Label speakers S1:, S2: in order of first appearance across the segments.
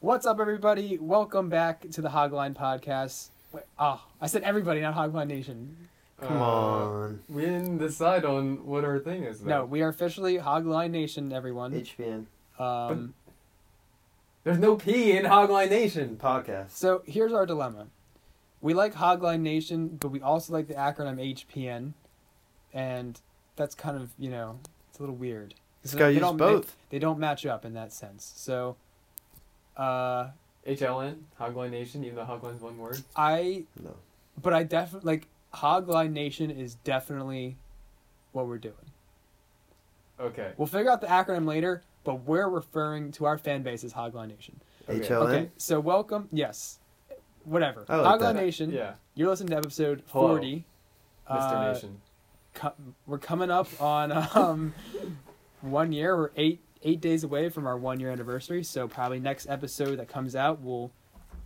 S1: What's up, everybody? Welcome back to the Hogline Podcast. Wait, oh, I said everybody, not Hogline Nation.
S2: Come
S3: Uh,
S2: on.
S3: We didn't decide on what our thing is.
S1: No,
S3: Though.
S1: we are officially Hogline Nation, everyone.
S2: HBN
S1: Um,
S3: There's no P in Hogline Nation.
S2: podcast.
S1: so here's our dilemma: we like Hogline Nation, but we also like the acronym HPN, and that's kind of you know it's a little weird.
S2: This
S1: They
S2: guy
S1: don't
S2: used
S1: ma-
S2: both.
S1: They, don't match up in that sense. So, uh,
S3: HLN, Hogline Nation, even though Hogline's one word.
S1: I
S2: No.
S1: but I definitely like Hogline Nation is definitely what we're doing.
S3: Okay.
S1: We'll figure out the acronym later, but we're referring to our fan base as Hogline Nation.
S3: Okay.
S2: HLN.
S1: Okay, so welcome. Yes, whatever.
S2: I like
S1: Hogline
S2: that.
S1: Nation.
S3: Yeah,
S1: You're listening to episode
S3: Hello,
S1: forty.
S3: Mr.
S1: Uh,
S3: Nation.
S1: co- we're coming up on um, one year. We're eight eight days away from our one year anniversary. So probably next episode that comes out, we'll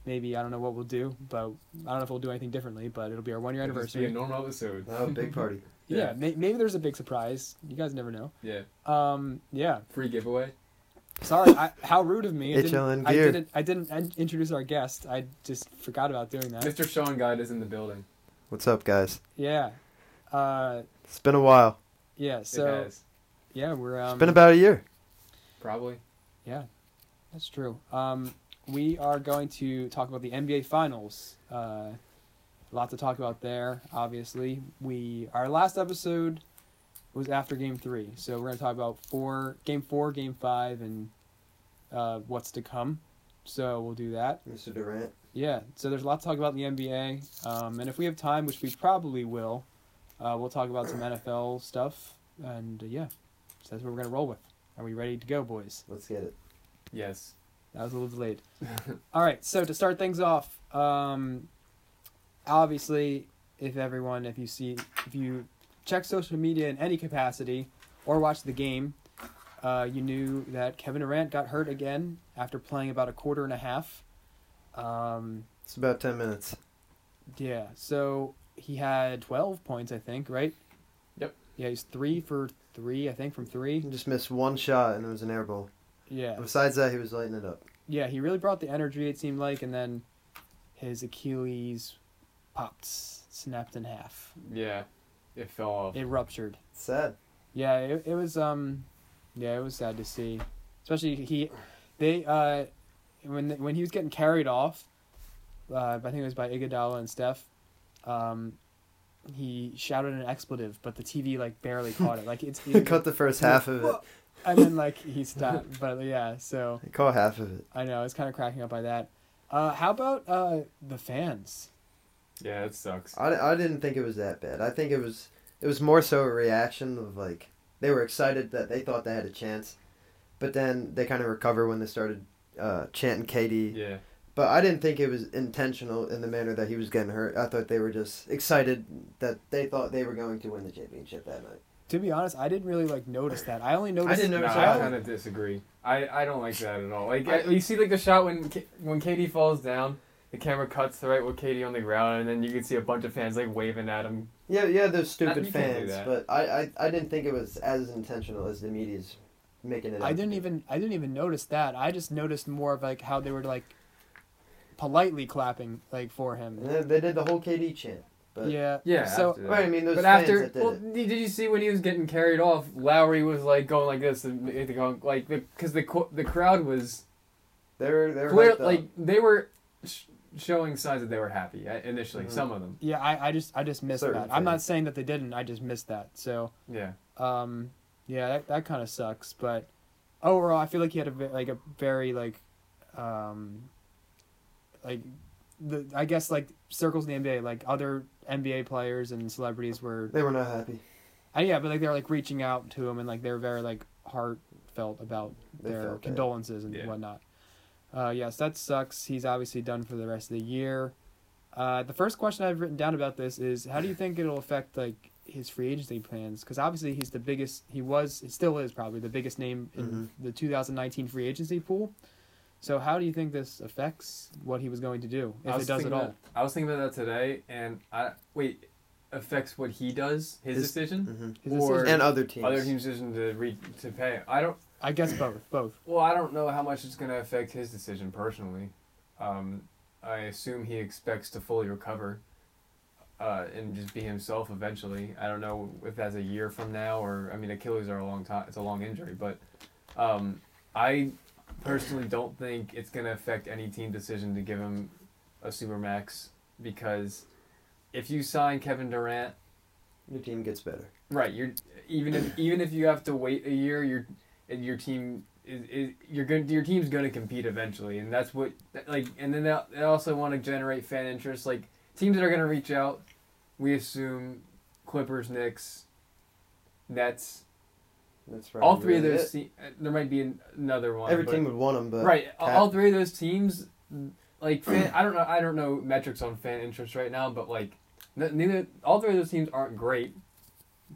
S1: maybe I don't know what we'll do, but I don't know if we'll do anything differently. But it'll be our one year
S3: It'll just be
S1: anniversary.
S3: a normal episode.
S2: Oh, big party.
S1: yeah, May- maybe there's a big surprise. You guys never know.
S3: Yeah.
S1: Um, yeah.
S3: Free giveaway.
S1: Sorry, I, how rude of me. I
S2: HLN
S1: didn't, I
S2: gear.
S1: didn't. I didn't in- introduce our guest. I just forgot about doing that.
S3: Mr. Sean Guide is in the building.
S2: What's up, guys?
S1: Yeah. Uh,
S2: It's been a while.
S1: yeah.
S3: it
S1: So
S3: has.
S1: yeah, we're. Um,
S2: It's been about a year.
S3: Probably.
S1: That's true. Um, we are going to talk about the NBA Finals. Uh, lot to talk about there. Obviously, we our last episode was after Game Three, so we're going to talk about four Game Four, Game Five, and uh, what's to come. So we'll do that.
S2: Mr. Durant.
S1: Yeah, so there's a lot to talk about in the NBA, um, and if we have time, which we probably will, uh, we'll talk about some NFL stuff, and uh, yeah, so that's what we're gonna roll with. Are we ready to go, boys?
S2: Let's get it.
S3: Yes.
S1: That was a little delayed. All right, so to start things off, um, obviously, if everyone, if you see, if you check social media in any capacity or watch the game, uh, you knew that Kevin Durant got hurt again after playing about a quarter and a half. Um,
S2: It's about 10 minutes.
S1: yeah, so he had 12 points, I think, right?
S3: Yep.
S1: Yeah, he's three for three, I think, from three.
S2: He just missed one shot and it was an air ball.
S1: Yeah.
S2: Besides that, he was lighting it up.
S1: yeah, he really brought the energy, it seemed like, and then his Achilles popped, snapped in half.
S3: Yeah. It fell off.
S1: It ruptured.
S2: It's sad.
S1: Yeah, it, it was um yeah, it was sad to see. Especially he they uh when when he was getting carried off uh I think it was by Iguodala and Steph um he shouted an expletive but the TV like barely caught it. Like it's
S2: He caught the first half of it.
S1: and then like he stopped but yeah, so
S2: He caught half of it.
S1: I know, it's kind of cracking up by that. Uh how about uh the fans?
S3: Yeah, it sucks.
S2: I, I didn't think it was that bad. I think it was it was more so a reaction of like they were excited that they thought they had a chance, but then they kind of recover when they started uh, chanting Katie.
S3: Yeah.
S2: But I didn't think it was intentional in the manner that he was getting hurt. I thought they were just excited that they thought they were going to win the championship that night.
S1: To be honest, I didn't really like notice that. I only noticed
S2: I didn't
S3: No,
S2: notice
S3: I
S2: that.
S3: kind of disagree. I, I don't like that at all. Like I, you see, like the shot when K- when Katie falls down, the camera cuts to right with Katie on the ground, and then you can see a bunch of fans like waving at him.
S2: Yeah, yeah, those
S3: That-
S2: stupid
S3: you can't do
S2: fans.
S3: that.
S2: But I, I, I didn't think it was as intentional as the media's making it. out
S1: I
S2: to
S1: didn't
S2: be.
S1: even I didn't even notice that. I just noticed more of like how they were like politely clapping like for him.
S2: And then they did the whole KD chant. But,
S1: yeah.
S3: Yeah.
S1: So
S3: after that.
S2: Right, I mean, those
S3: But
S2: fans
S3: after,
S2: that did
S3: well,
S2: it.
S3: did you see when he was getting carried off? Lowry was like going like this, and it- going like because the co- the crowd was
S2: They were, they were
S3: clear,
S2: hyped up.
S3: like they were sh- showing signs that they were happy uh, initially.
S2: Mhm.
S3: Some of them,
S1: yeah, I, I just I just missed that.
S2: Certain
S1: I'm not
S2: things.
S1: saying that they didn't. I just missed that. So
S3: yeah,
S1: um yeah, that that kind of sucks, but overall I feel like he had a ve- like a very like um like the I guess like circles in the NBA like other NBA players and celebrities were
S2: They were not happy.
S1: Uh, yeah, but like they were like reaching out to him and like they were very like heartfelt about
S2: They
S1: their
S2: felt that.
S1: condolences and
S3: Yeah.
S1: whatnot. Uh, yes, that sucks. He's obviously done for the rest of the year. Uh, the first question I've written down about this is how do you think it'll affect like his free agency plans? Because obviously he's the biggest. He was, he still is probably the biggest name in
S2: Mhm.
S1: the 2019 free agency pool. So how do you think this affects what he was going to do
S3: I
S1: if
S3: was
S1: it does at
S3: thinking
S1: all?
S3: about- I was thinking about that today, and I wait affects what he does, his,
S2: His-
S3: decision,
S2: hmm
S1: His
S3: or
S1: decision-
S2: And other teams.
S3: other teams' decision to re- to pay. I don't.
S1: I guess both. Both.
S3: Well, I don't know how much it's going to affect his decision personally. Um, I assume he expects to fully recover uh, and just be himself eventually. I don't know if that's a year from now or I mean Achilles are a long time. It's a long injury, but um, I personally don't think it's going to affect any team decision to give him a supermax because if you sign Kevin Durant
S2: Your team gets better.
S3: Right. You're even if even if you have to wait a year, your and your team is, is you're going your team's going to compete eventually, and that's what that- like. And then they, they also want to generate fan interest. Like teams that are going to reach out, we assume Clippers, Knicks, Nets.
S2: That's right.
S3: all three of those. Te- uh, there might be an, another one.
S2: Every
S3: but-
S2: team would want him, but
S3: right.
S2: Cap-
S3: all three of those teams, like fan, I don't know. I don't know metrics on fan interest right now, but like n- neither all three of those teams aren't great.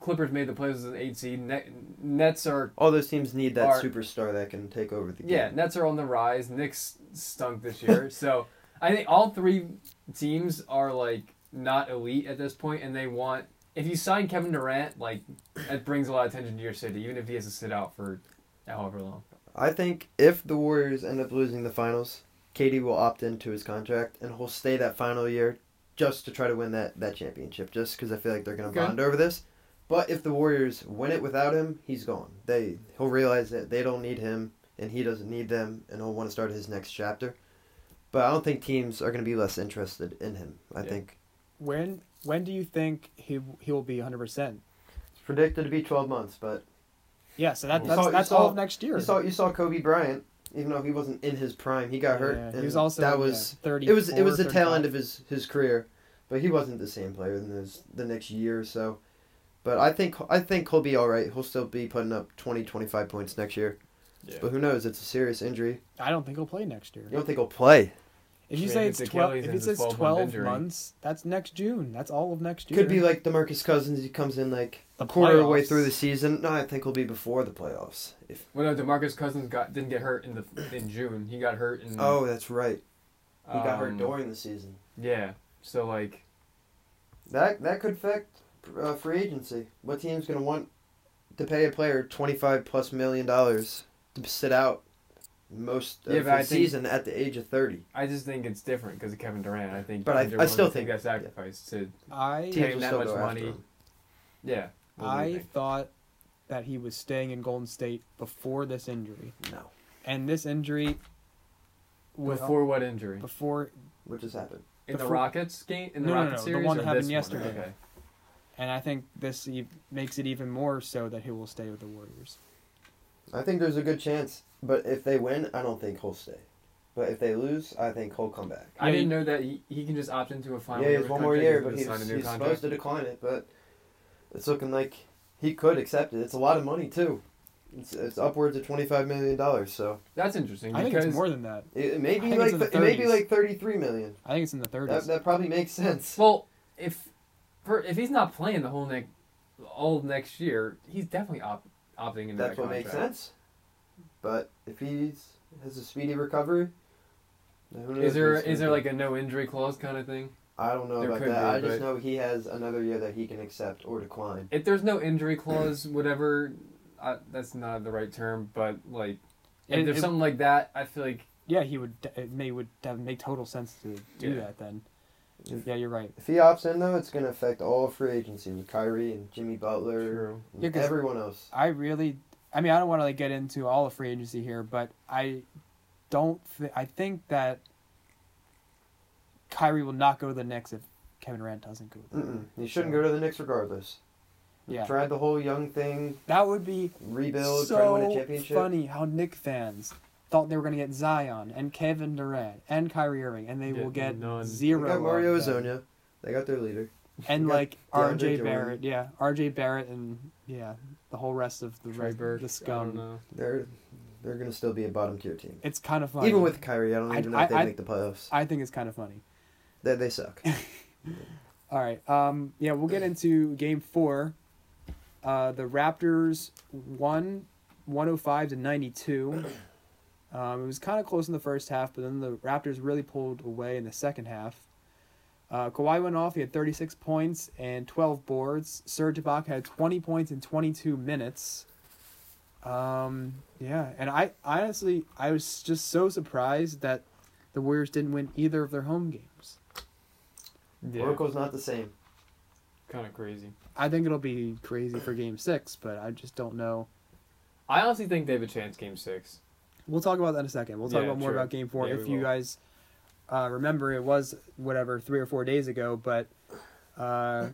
S3: Clippers made the playoffs as an eight seed. Net, Nets are
S2: all those teams need that
S3: Are-
S2: superstar that can take over the game.
S3: yeah. Nets are on the rise. Knicks stunk this year, so I think all three teams are like not elite at this point, and they want. If you sign Kevin Durant, like that brings a lot of attention to your city, even if he has to sit out for however long.
S2: I think if the Warriors end up losing the finals, KD will opt into his contract and he'll stay that final year just to try to win that, that championship, just because I feel like they're going to
S3: Okay.
S2: bond over this. But if the Warriors win it without him, he's gone. They He'll realize that they don't need him and he doesn't need them and he'll want to start his next chapter. But I don't think teams are going to be less interested in him. I
S3: Yeah.
S2: think
S1: When when do you think he he will be hundred percent?
S2: it's predicted to be 12 months, but
S1: Yeah. So that,
S3: You
S1: that's
S2: saw- you
S1: that's
S2: saw-
S1: all of next year.
S2: you saw you saw Kobe Bryant, even though he wasn't in his prime, he got hurt.
S1: Yeah,
S2: and
S1: he was also
S2: that
S1: yeah,
S2: was
S1: 30
S2: it was it was the tail end of his his career, but he wasn't the same player in those the next year or so. But I think I think he'll be all right. He'll still be putting up 20, 25 points next year.
S3: Yeah.
S2: But who knows? It's a serious injury.
S1: I don't think he'll play next year.
S2: You don't think he'll play?
S1: If you
S3: Yeah,
S1: say
S3: if
S1: it's
S3: the
S1: twelve,
S3: Achilles
S1: if it
S3: is
S1: says
S3: a 12 month
S1: twelve
S3: injury.
S1: months, that's next June. That's all of next year.
S2: Could be like Demarcus Cousins. He comes in like
S1: The
S2: a quarter of the way
S1: playoffs.
S2: through the season. No, I think he'll be before the playoffs. If
S3: Well, no, Demarcus Cousins got didn't get hurt in the in June. He got hurt in.
S2: oh, that's right. He got
S3: Hmm. um,
S2: hurt during the season.
S3: Yeah. So like,
S2: That that could affect uh, free agency. What team's gonna want to pay a player twenty five plus million dollars to sit out most of
S3: Yeah, but I
S2: the
S3: think-
S2: season at the age of thirty?
S3: I just think it's different because of Kevin Durant. I think.
S2: But I-
S3: teams are
S2: I
S3: willing
S2: still
S3: to take
S2: think-
S3: that sacrifice to.
S1: I
S3: Team-
S2: Teams will
S3: that
S2: still
S3: much
S2: go after
S3: money.
S2: him.
S3: Yeah. What do you
S1: I
S3: think?
S1: thought that he was staying in Golden State before this injury,
S2: No,
S1: and this injury was
S3: Before what injury?
S1: before,
S2: what just happened?
S3: In the
S1: before-
S3: Rockets game? In the
S1: No, no,
S3: Rockets
S1: no, the
S3: series?
S1: one
S3: or
S1: that happened
S3: this
S1: yesterday.
S3: Okay.
S1: and I think this e- makes it even more so that he will stay with the Warriors.
S2: I think there's a good chance, but if they win, I don't think he'll stay. But if they lose, I think he'll come back.
S3: I
S1: Yeah,
S3: didn't
S1: he-
S3: know that he, he can just opt into a final
S2: yeah, he
S3: year.
S2: has
S3: with
S2: one more
S3: contract,
S2: year,
S3: doesn't
S2: but he's,
S3: sign a new
S2: he's
S3: contract.
S2: supposed to decline it. But it's looking like he could accept it. It's a lot of money too. It's, it's upwards of twenty five million dollars. So.
S3: That's interesting
S1: I think
S3: because
S1: it's more than that.
S2: It, it may
S1: I
S2: be
S1: think it's
S2: like
S1: in the
S2: th- it may be
S1: 30s.
S2: like thirty three million.
S1: I think it's in the
S2: That,
S1: thirties.
S2: that probably makes sense.
S3: well, if for, if he's not playing the whole next all of next year, he's definitely op, opting into
S2: That's
S3: that
S2: what
S3: contract.
S2: makes sense. But if he's has a speedy recovery, then who knows
S3: Is there
S2: who's gonna
S3: is there
S2: be-
S3: like a no injury clause kind of thing?
S2: I don't know
S3: there
S2: about
S3: could
S2: that.
S3: be,
S2: I just
S3: but-
S2: know he has another year that he can accept or decline.
S3: If there's no injury clause, whatever, I, that's not the right term, but like if
S1: It-
S3: there's
S1: it-
S3: something like that, I feel like
S1: yeah, he would. d- It may would have, make total sense to do
S3: Yeah.
S1: that then. Yeah, you're right.
S2: If he opts in though, it's going to affect all free agency with Kyrie and Jimmy Butler
S3: true.
S2: and
S1: Yeah, 'cause-
S2: everyone else.
S1: I really, I mean, I don't want to like get into all of free agency here, but I don't. Th- I think that Kyrie will not go to the Knicks if Kevin Durant doesn't go. There.
S2: Mm-mm. He shouldn't go to the Knicks regardless.
S1: Yeah,
S2: Tried the whole young thing,
S1: that would be
S2: rebuild, try to win a
S1: so
S2: championship.
S1: funny. How Nick fans thought they were going to get Zion and Kevin Durant and Kyrie Irving, and they
S3: Yeah,
S1: will get
S3: none.
S2: They
S1: zero.
S2: got
S1: of
S2: Mario
S1: them.
S2: Ozonia. They got their leader.
S1: and
S2: You got
S1: like
S2: DeAndre
S1: RJ
S2: Jordan.
S1: Barrett, yeah, RJ Barrett, and yeah, the whole rest of the
S3: Trey
S1: rest,
S3: Burke,
S1: the
S3: I don't
S1: scum.
S3: know.
S2: They're they're gonna still be a bottom tier team.
S1: It's kind of funny.
S2: Even with Kyrie, I don't
S1: I-
S2: even know
S1: I-
S2: if they
S1: I-
S2: make the playoffs.
S1: I think it's kind of funny.
S2: they they suck.
S1: All right. Um, yeah, we'll get into game four. Uh, the Raptors won 105 to 92. Um, it was kind of close in the first half, but then the Raptors really pulled away in the second half. Uh, Kawhi went off. He had 36 points and 12 boards. Serge Ibaka had 20 points in 22 minutes. Um, yeah, and I honestly I was just so surprised that the Warriors didn't win either of their home games.
S2: Oracle's not the same.
S3: kind of crazy.
S1: I think it'll be crazy for Game Six, but I just don't know.
S3: I honestly think they have a chance game six.
S1: We'll talk about that in a second. We'll talk
S3: Yeah,
S1: about more
S3: sure.
S1: about Game Four
S3: Yeah,
S1: if
S3: we
S1: you
S3: will.
S1: guys uh, remember. It was whatever three or four days ago, but uh,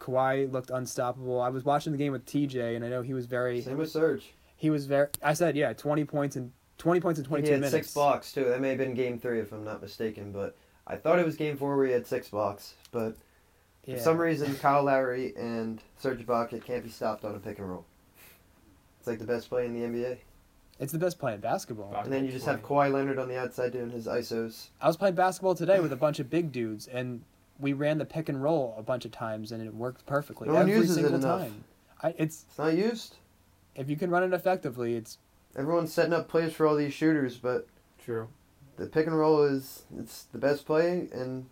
S1: Kawhi looked unstoppable. I was watching the game with TJ, and I know he was very
S2: Same with Serge.
S1: he was very. I said yeah, twenty points in twenty points in twenty
S2: He
S1: two
S2: had
S1: minutes.
S2: six blocks too. That may have been game three if I'm not mistaken, but I thought it was game four where he had six blocks. But
S1: Yeah.
S2: for some reason, Kyle Lowry and Serge Ibaka can't be stopped on a pick and roll. It's like the best play in the NBA.
S1: It's the best play in basketball.
S3: Fuck.
S2: And then you just have Kawhi Leonard on the outside doing his ISOs.
S1: I was playing basketball today with a bunch of big dudes, and we ran the pick and roll a bunch of times, and it worked perfectly
S2: No one
S1: every
S2: uses it
S1: single
S2: enough.
S1: time. I, it's
S2: It's not used.
S1: if you can run it effectively, it's
S2: Everyone's setting up plays for all these shooters, but
S3: True.
S2: the pick and roll is it's the best play, and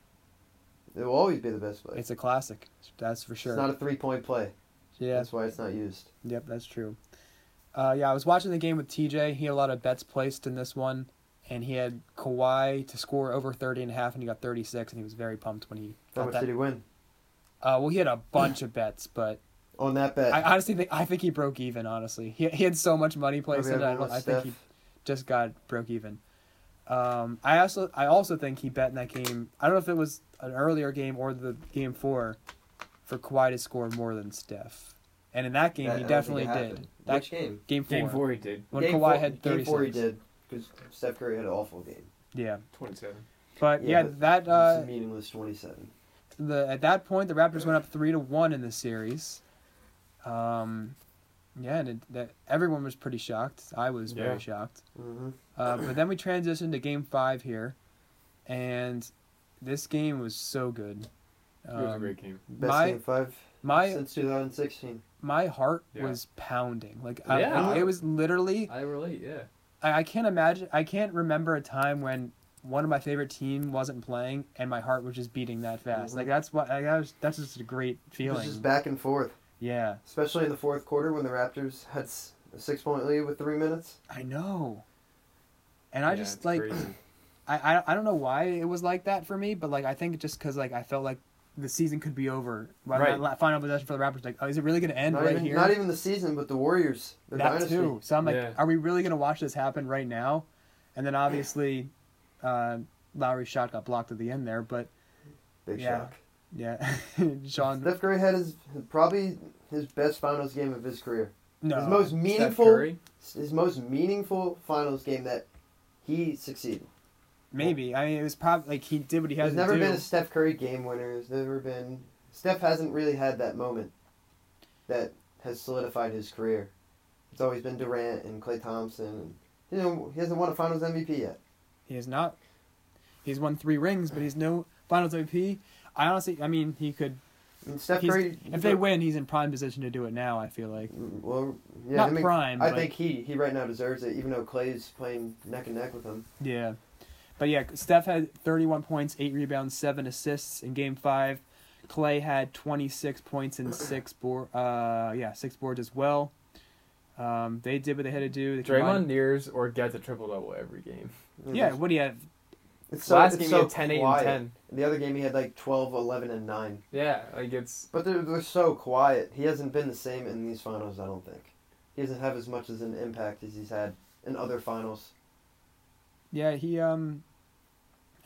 S2: it will always be the best play.
S1: it's a classic. That's for sure.
S2: It's not a three point play.
S1: yeah.
S2: That's why it's not used.
S1: Yep. That's true. Uh, yeah, I was watching the game with TJ. He had a lot of bets placed in this one, and he had Kawhi to score over 30 and a half, and he got 36, and he was very pumped when he
S2: How
S1: got
S2: much
S1: that.
S2: did he win
S1: Uh, well, he had a bunch of bets, but
S2: on that bet?
S1: I honestly think I think he broke even. Honestly, he he had so much money placed
S2: Maybe
S1: in it. I,
S2: everyone
S1: don't- I
S2: wants
S1: think
S2: Steph.
S1: he just got broke even. Um, I also I also think he bet in that game. I don't know if it was an earlier game or the game four, for Kawhi to score more than Steph, and in that game
S2: That- I
S1: he
S2: don't
S1: definitely
S2: think it
S1: did.
S2: happened.
S1: That
S2: Which game?
S1: game four,
S3: Game four he did.
S1: when
S2: game
S1: Kawhi
S2: four,
S1: had
S2: game
S1: thirty
S2: four he
S1: six.
S2: did because Steph Curry had an awful game.
S1: Yeah,
S3: Twenty seven.
S1: but yeah,
S2: Yeah, but
S1: that
S2: It's
S1: uh,
S2: a meaningless twenty-seven.
S1: the at that point the Raptors went up three to one in the series. Um, yeah, and it, that everyone was pretty shocked. I was
S3: Yeah.
S1: very shocked.
S2: Mm-hmm.
S1: Uh, but then we transitioned to game five here, and this game was so good.
S3: It was a
S1: Um,
S3: great game.
S2: Best
S1: My-
S2: game five
S1: My
S2: since two thousand sixteen.
S1: my heart
S3: Yeah.
S1: was pounding. Like I,
S3: Yeah.
S1: I- it was literally.
S3: I relate. Yeah.
S1: I, I can't imagine. I can't remember a time when one of my favorite team wasn't playing and my heart was just beating that fast.
S2: Mhm.
S1: Like that's what. Like, that was, that's just a great
S2: It
S1: feeling.
S2: was just back and forth,
S1: yeah,
S2: especially in the fourth quarter when the Raptors had s- a six-point lead with three minutes.
S1: I know. And
S3: Yeah,
S1: I just
S3: it's
S1: like
S3: crazy.
S1: I, I I don't know why it was like that for me, but like I think just because like I felt like the season could be over. Like,
S3: Right.
S1: that la- Final possession for the Raptors. Like, oh, is it really gonna end
S2: Not,
S1: right
S2: even,
S1: here?
S2: not even the season, but the Warriors, their
S1: that
S2: dynasty.
S1: too. So I'm like,
S3: Yeah.
S1: are we really gonna watch this happen right now? And then obviously, uh, Lowry's shot got blocked at the end there, but
S2: Big
S1: Yeah.
S2: shock.
S1: yeah, Sean.
S2: Steph Curry had his probably his best finals game of his career.
S1: No,
S2: His most
S3: Steph
S2: meaningful,
S3: Curry.
S2: his most meaningful finals game that he succeeded.
S1: maybe. I mean, it was probably like he did what he had
S2: There's
S1: to
S2: never
S1: do.
S2: been a Steph Curry game winner. There's never been. Steph hasn't really had that moment that has solidified his career. It's always been Durant and Clay Thompson. You know, he hasn't won a Finals MVP yet.
S1: He is not. He's won three rings, but he's no Finals MVP. I honestly, I mean, he could.
S2: I mean, Steph
S1: he's-
S2: Curry.
S1: if they win, he's in prime position to do it now. I feel like.
S2: well, yeah,
S1: Not
S2: I mean,
S1: prime,
S2: I
S1: but-
S2: think he he right now deserves it, even though Clay's playing neck and neck with him.
S1: Yeah. But yeah, Steph had 31 points, 8 rebounds, 7 assists in game 5. Clay had 26 points and 6 board uh yeah, 6 boards as well. Um, they did what they had to do. They
S3: Draymond
S1: combined-
S3: nears or gets a triple double every game.
S1: Yeah, what do you have?
S2: It's so,
S3: Last
S2: it's
S3: game
S2: so
S3: he had 10, 8,
S2: quiet.
S3: and ten.
S2: The other game he had like 12, 11, and nine.
S3: Yeah, like it's
S2: But they're they're so quiet. He hasn't been the same in these finals. I don't think he doesn't have as much as an impact as he's had in other finals.
S1: Yeah, he um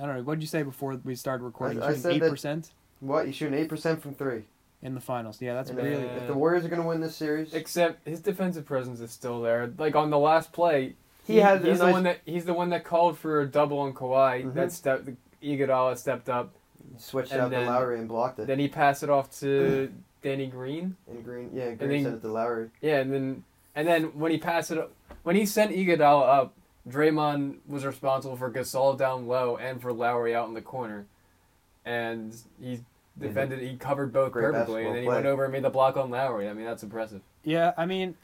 S1: I don't know. What did you say before we started recording?
S2: I- I
S1: Shooting
S2: said that-
S1: 8%
S2: What he's shooting eight percent from three.
S1: in the finals. Yeah, that's
S2: And uh,
S1: really
S3: Yeah.
S2: If the Warriors are going to win this series,
S3: except his defensive presence is still there. Like on the last play,
S2: he had
S3: he's
S2: a
S3: the
S2: nice
S3: one that he's the one that called for a double on Kawhi.
S2: Mhm.
S3: That stepped Iguodala stepped up.
S2: switched
S3: and
S2: out to
S3: then-
S2: Lowry and blocked it.
S3: Then he passed it off to Danny Green.
S2: and Green, yeah, Green
S3: then-
S2: sent it to Lowry.
S3: Yeah, and then and then when he passed it up, when he sent Iguodala up, Draymond was responsible for Gasol down low and for Lowry out in the corner, and he defended. He covered both
S2: Mhm. Great
S3: perfectly,
S2: basketball
S3: and then he
S2: play.
S3: went over and made the block on Lowry. I mean, that's impressive.
S1: Yeah, I mean,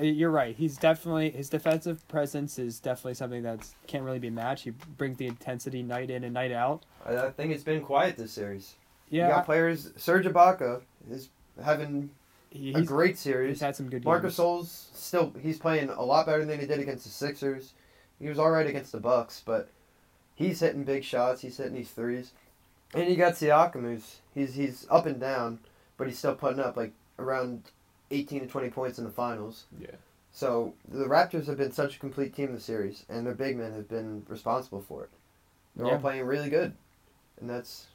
S1: uh, you're right. He's definitely his defensive presence is definitely something that can't really be matched. He brings the intensity night in and night out.
S2: I, I think it's been quiet this series.
S1: Yeah,
S2: You got players. Serge Ibaka is having
S1: He-
S2: a
S1: He's,
S2: great series.
S1: he's had some good
S2: Marcus
S1: games.
S2: Souls still he's playing a lot better than he did against the Sixers. He was all right against the Bucks, but he's hitting big shots. He's hitting these threes, and you got Siakam who's he's he's up and down, but he's still putting up like around eighteen to twenty points in the finals.
S3: Yeah.
S2: So the Raptors have been such a complete team this series, and their big men have been responsible for it. They're
S1: Yeah.
S2: all playing really good, and that's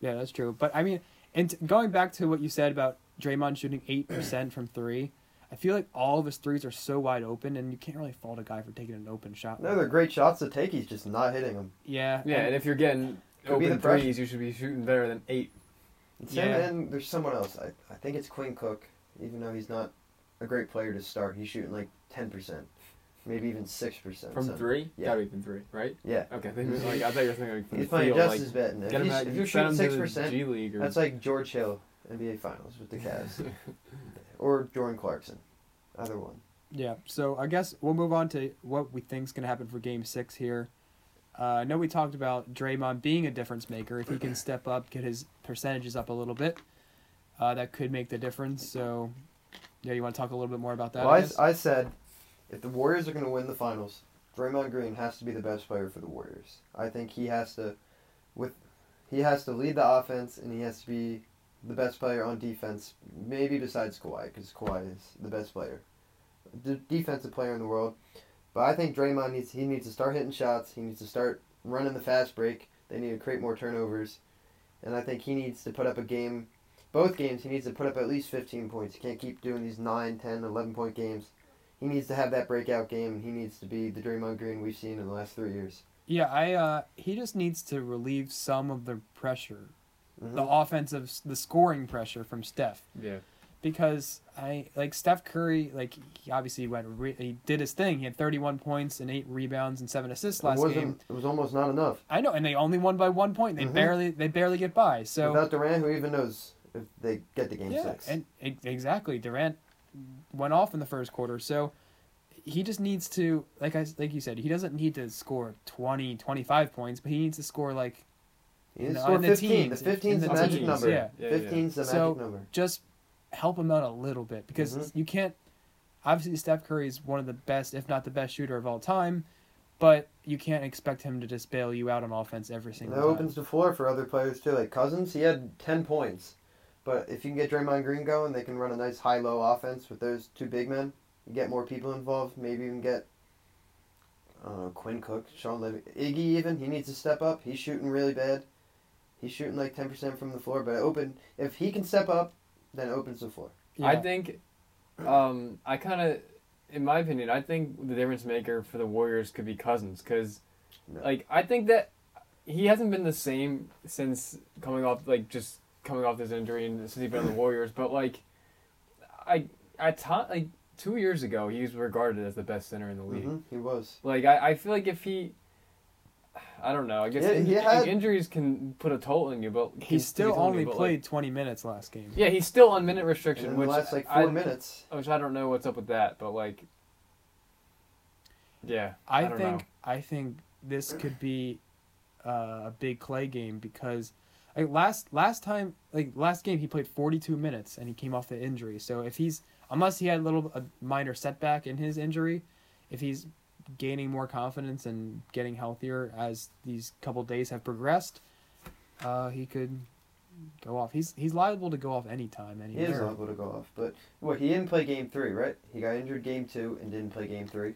S1: Yeah, that's true. But I mean, and t- going back to what you said about Draymond shooting eight percent from three, I feel like all of his threes are so wide open, and you can't really fault a guy for taking an open shot.
S2: no, they're great shots to take. He's just not hitting them.
S1: yeah,
S3: Yeah, and if you're getting
S2: Could be
S3: open
S2: the pressure.
S3: threes, you should be shooting better than eight.
S2: It's him
S1: Yeah.
S2: and there's someone else. I, I think it's Quinn Cook, even though he's not a great player to start. He's shooting like 10%, maybe even 6%.
S3: From
S2: so-
S3: three?
S2: Yeah.
S3: Gotta be from three, right?
S2: Yeah.
S3: Okay. They, like, I thought you were thinking like, from
S2: He's playing
S3: field,
S2: just
S3: like,
S2: as bad. And If,
S3: get him
S2: he's-
S3: out,
S2: if
S3: you
S2: you're
S3: send
S2: shooting
S3: 'em to the
S2: 6%,
S3: G League or
S2: that's like George Hill, NBA Finals with the Cavs. or Jordan Clarkson, either one.
S1: yeah. So I guess we'll move on to what we think's gonna happen for Game Six here. Uh, I know we talked about Draymond being a difference maker. If he can step up, get his percentages up a little bit, uh, that could make the difference. So, yeah, you want to talk a little bit more about that?
S2: Well,
S1: I
S2: I,
S1: guess?
S2: I said if the Warriors are going to win the finals, Draymond Green has to be the best player for the Warriors. I think he has to with he has to lead the offense and he has to be the best player on defense, maybe besides Kawhi because Kawhi is the best player, the defensive player in the world. But I think Draymond needs he needs to start hitting shots. He needs to start running the fast break. They need to create more turnovers, and I think he needs to put up a game both games he needs to put up at least 15 points. He can't keep doing these 9, 10, 11 point games. He needs to have that breakout game. He needs to be the Draymond Green we've seen in the last three years.
S1: yeah, I uh, he just needs to relieve some of the pressure
S2: Mhm.
S1: the offensive the scoring pressure from Steph
S3: Yeah.
S1: because I like Steph Curry like he obviously went re- he did his thing he had 31 points and 8 rebounds and 7 assists
S2: it,
S1: last
S2: wasn't,
S1: game
S2: it was almost not enough.
S1: I know and they only won by 1 point they
S2: Mhm.
S1: barely they barely get by so
S2: Without Durant, who even knows if they get the game
S1: yeah
S2: six?
S1: and ex- exactly Durant went off in the first quarter so he just needs to like I s- like you said he doesn't need to score 20 25 points but he needs to score like
S2: he needs
S1: in
S2: to
S1: the-
S2: score
S1: in the
S2: 15.
S1: teens,
S2: the 15
S1: in
S2: is
S1: the
S2: the magic
S1: teens,
S2: number.
S1: yeah.
S3: Yeah, yeah.
S2: 15 is the
S1: So-
S2: magic number.
S1: just help him out a little bit because
S2: Mhm.
S1: you can't. Obviously, Steph Curry is one of the best, if not the best shooter of all time, but you can't expect him to just bail you out on offense every
S2: And
S1: single
S2: that
S1: time.
S2: opens the floor for other players too. Like Cousins, he had 10 points. But if you can get Draymond Green going, they can run a nice high low offense with those two big men. You get more people involved. Maybe even get I don't know, Quinn Cook, Sean Levy, Iggy even. He needs to step up. He's shooting really bad. He's shooting like 10% from the floor. But open if he can step up, then it opens the floor.
S1: Yeah.
S3: I think, um, I kind of, in my opinion, I think the difference maker for the Warriors could be Cousins because,
S2: No.
S3: like, I think that he hasn't been the same since coming off, like, just coming off this injury and since he's been on the Warriors. But like, I at time like two years ago, he was regarded as the best center in the league.
S2: Mhm, He was.
S3: Like, I, I feel like if he. I don't know. I guess
S2: Yeah,
S3: in-
S2: he had-
S3: injuries can put a toll on you, but
S1: he still
S3: can toll on you,
S1: only
S3: but, like-
S1: played 20 minutes last game.
S3: yeah, he's still on minute
S2: And
S3: restriction,
S2: in the
S3: which
S2: last like
S3: I-
S2: four minutes,
S3: which I don't know what's up with that, but like, yeah,
S1: I,
S3: don't
S1: think
S3: know.
S1: I think this could be uh, a big Clay game because like last last time like last game he played 42 minutes and he came off the injury. So if he's unless he had a little a minor setback in his injury, if he's gaining more confidence and getting healthier as these couple days have progressed, uh, he could go off. He's he's liable to go off anytime
S2: he is
S1: anywhere.
S2: liable to go off. But what he didn't play game three, right? He got injured game two and didn't play game three.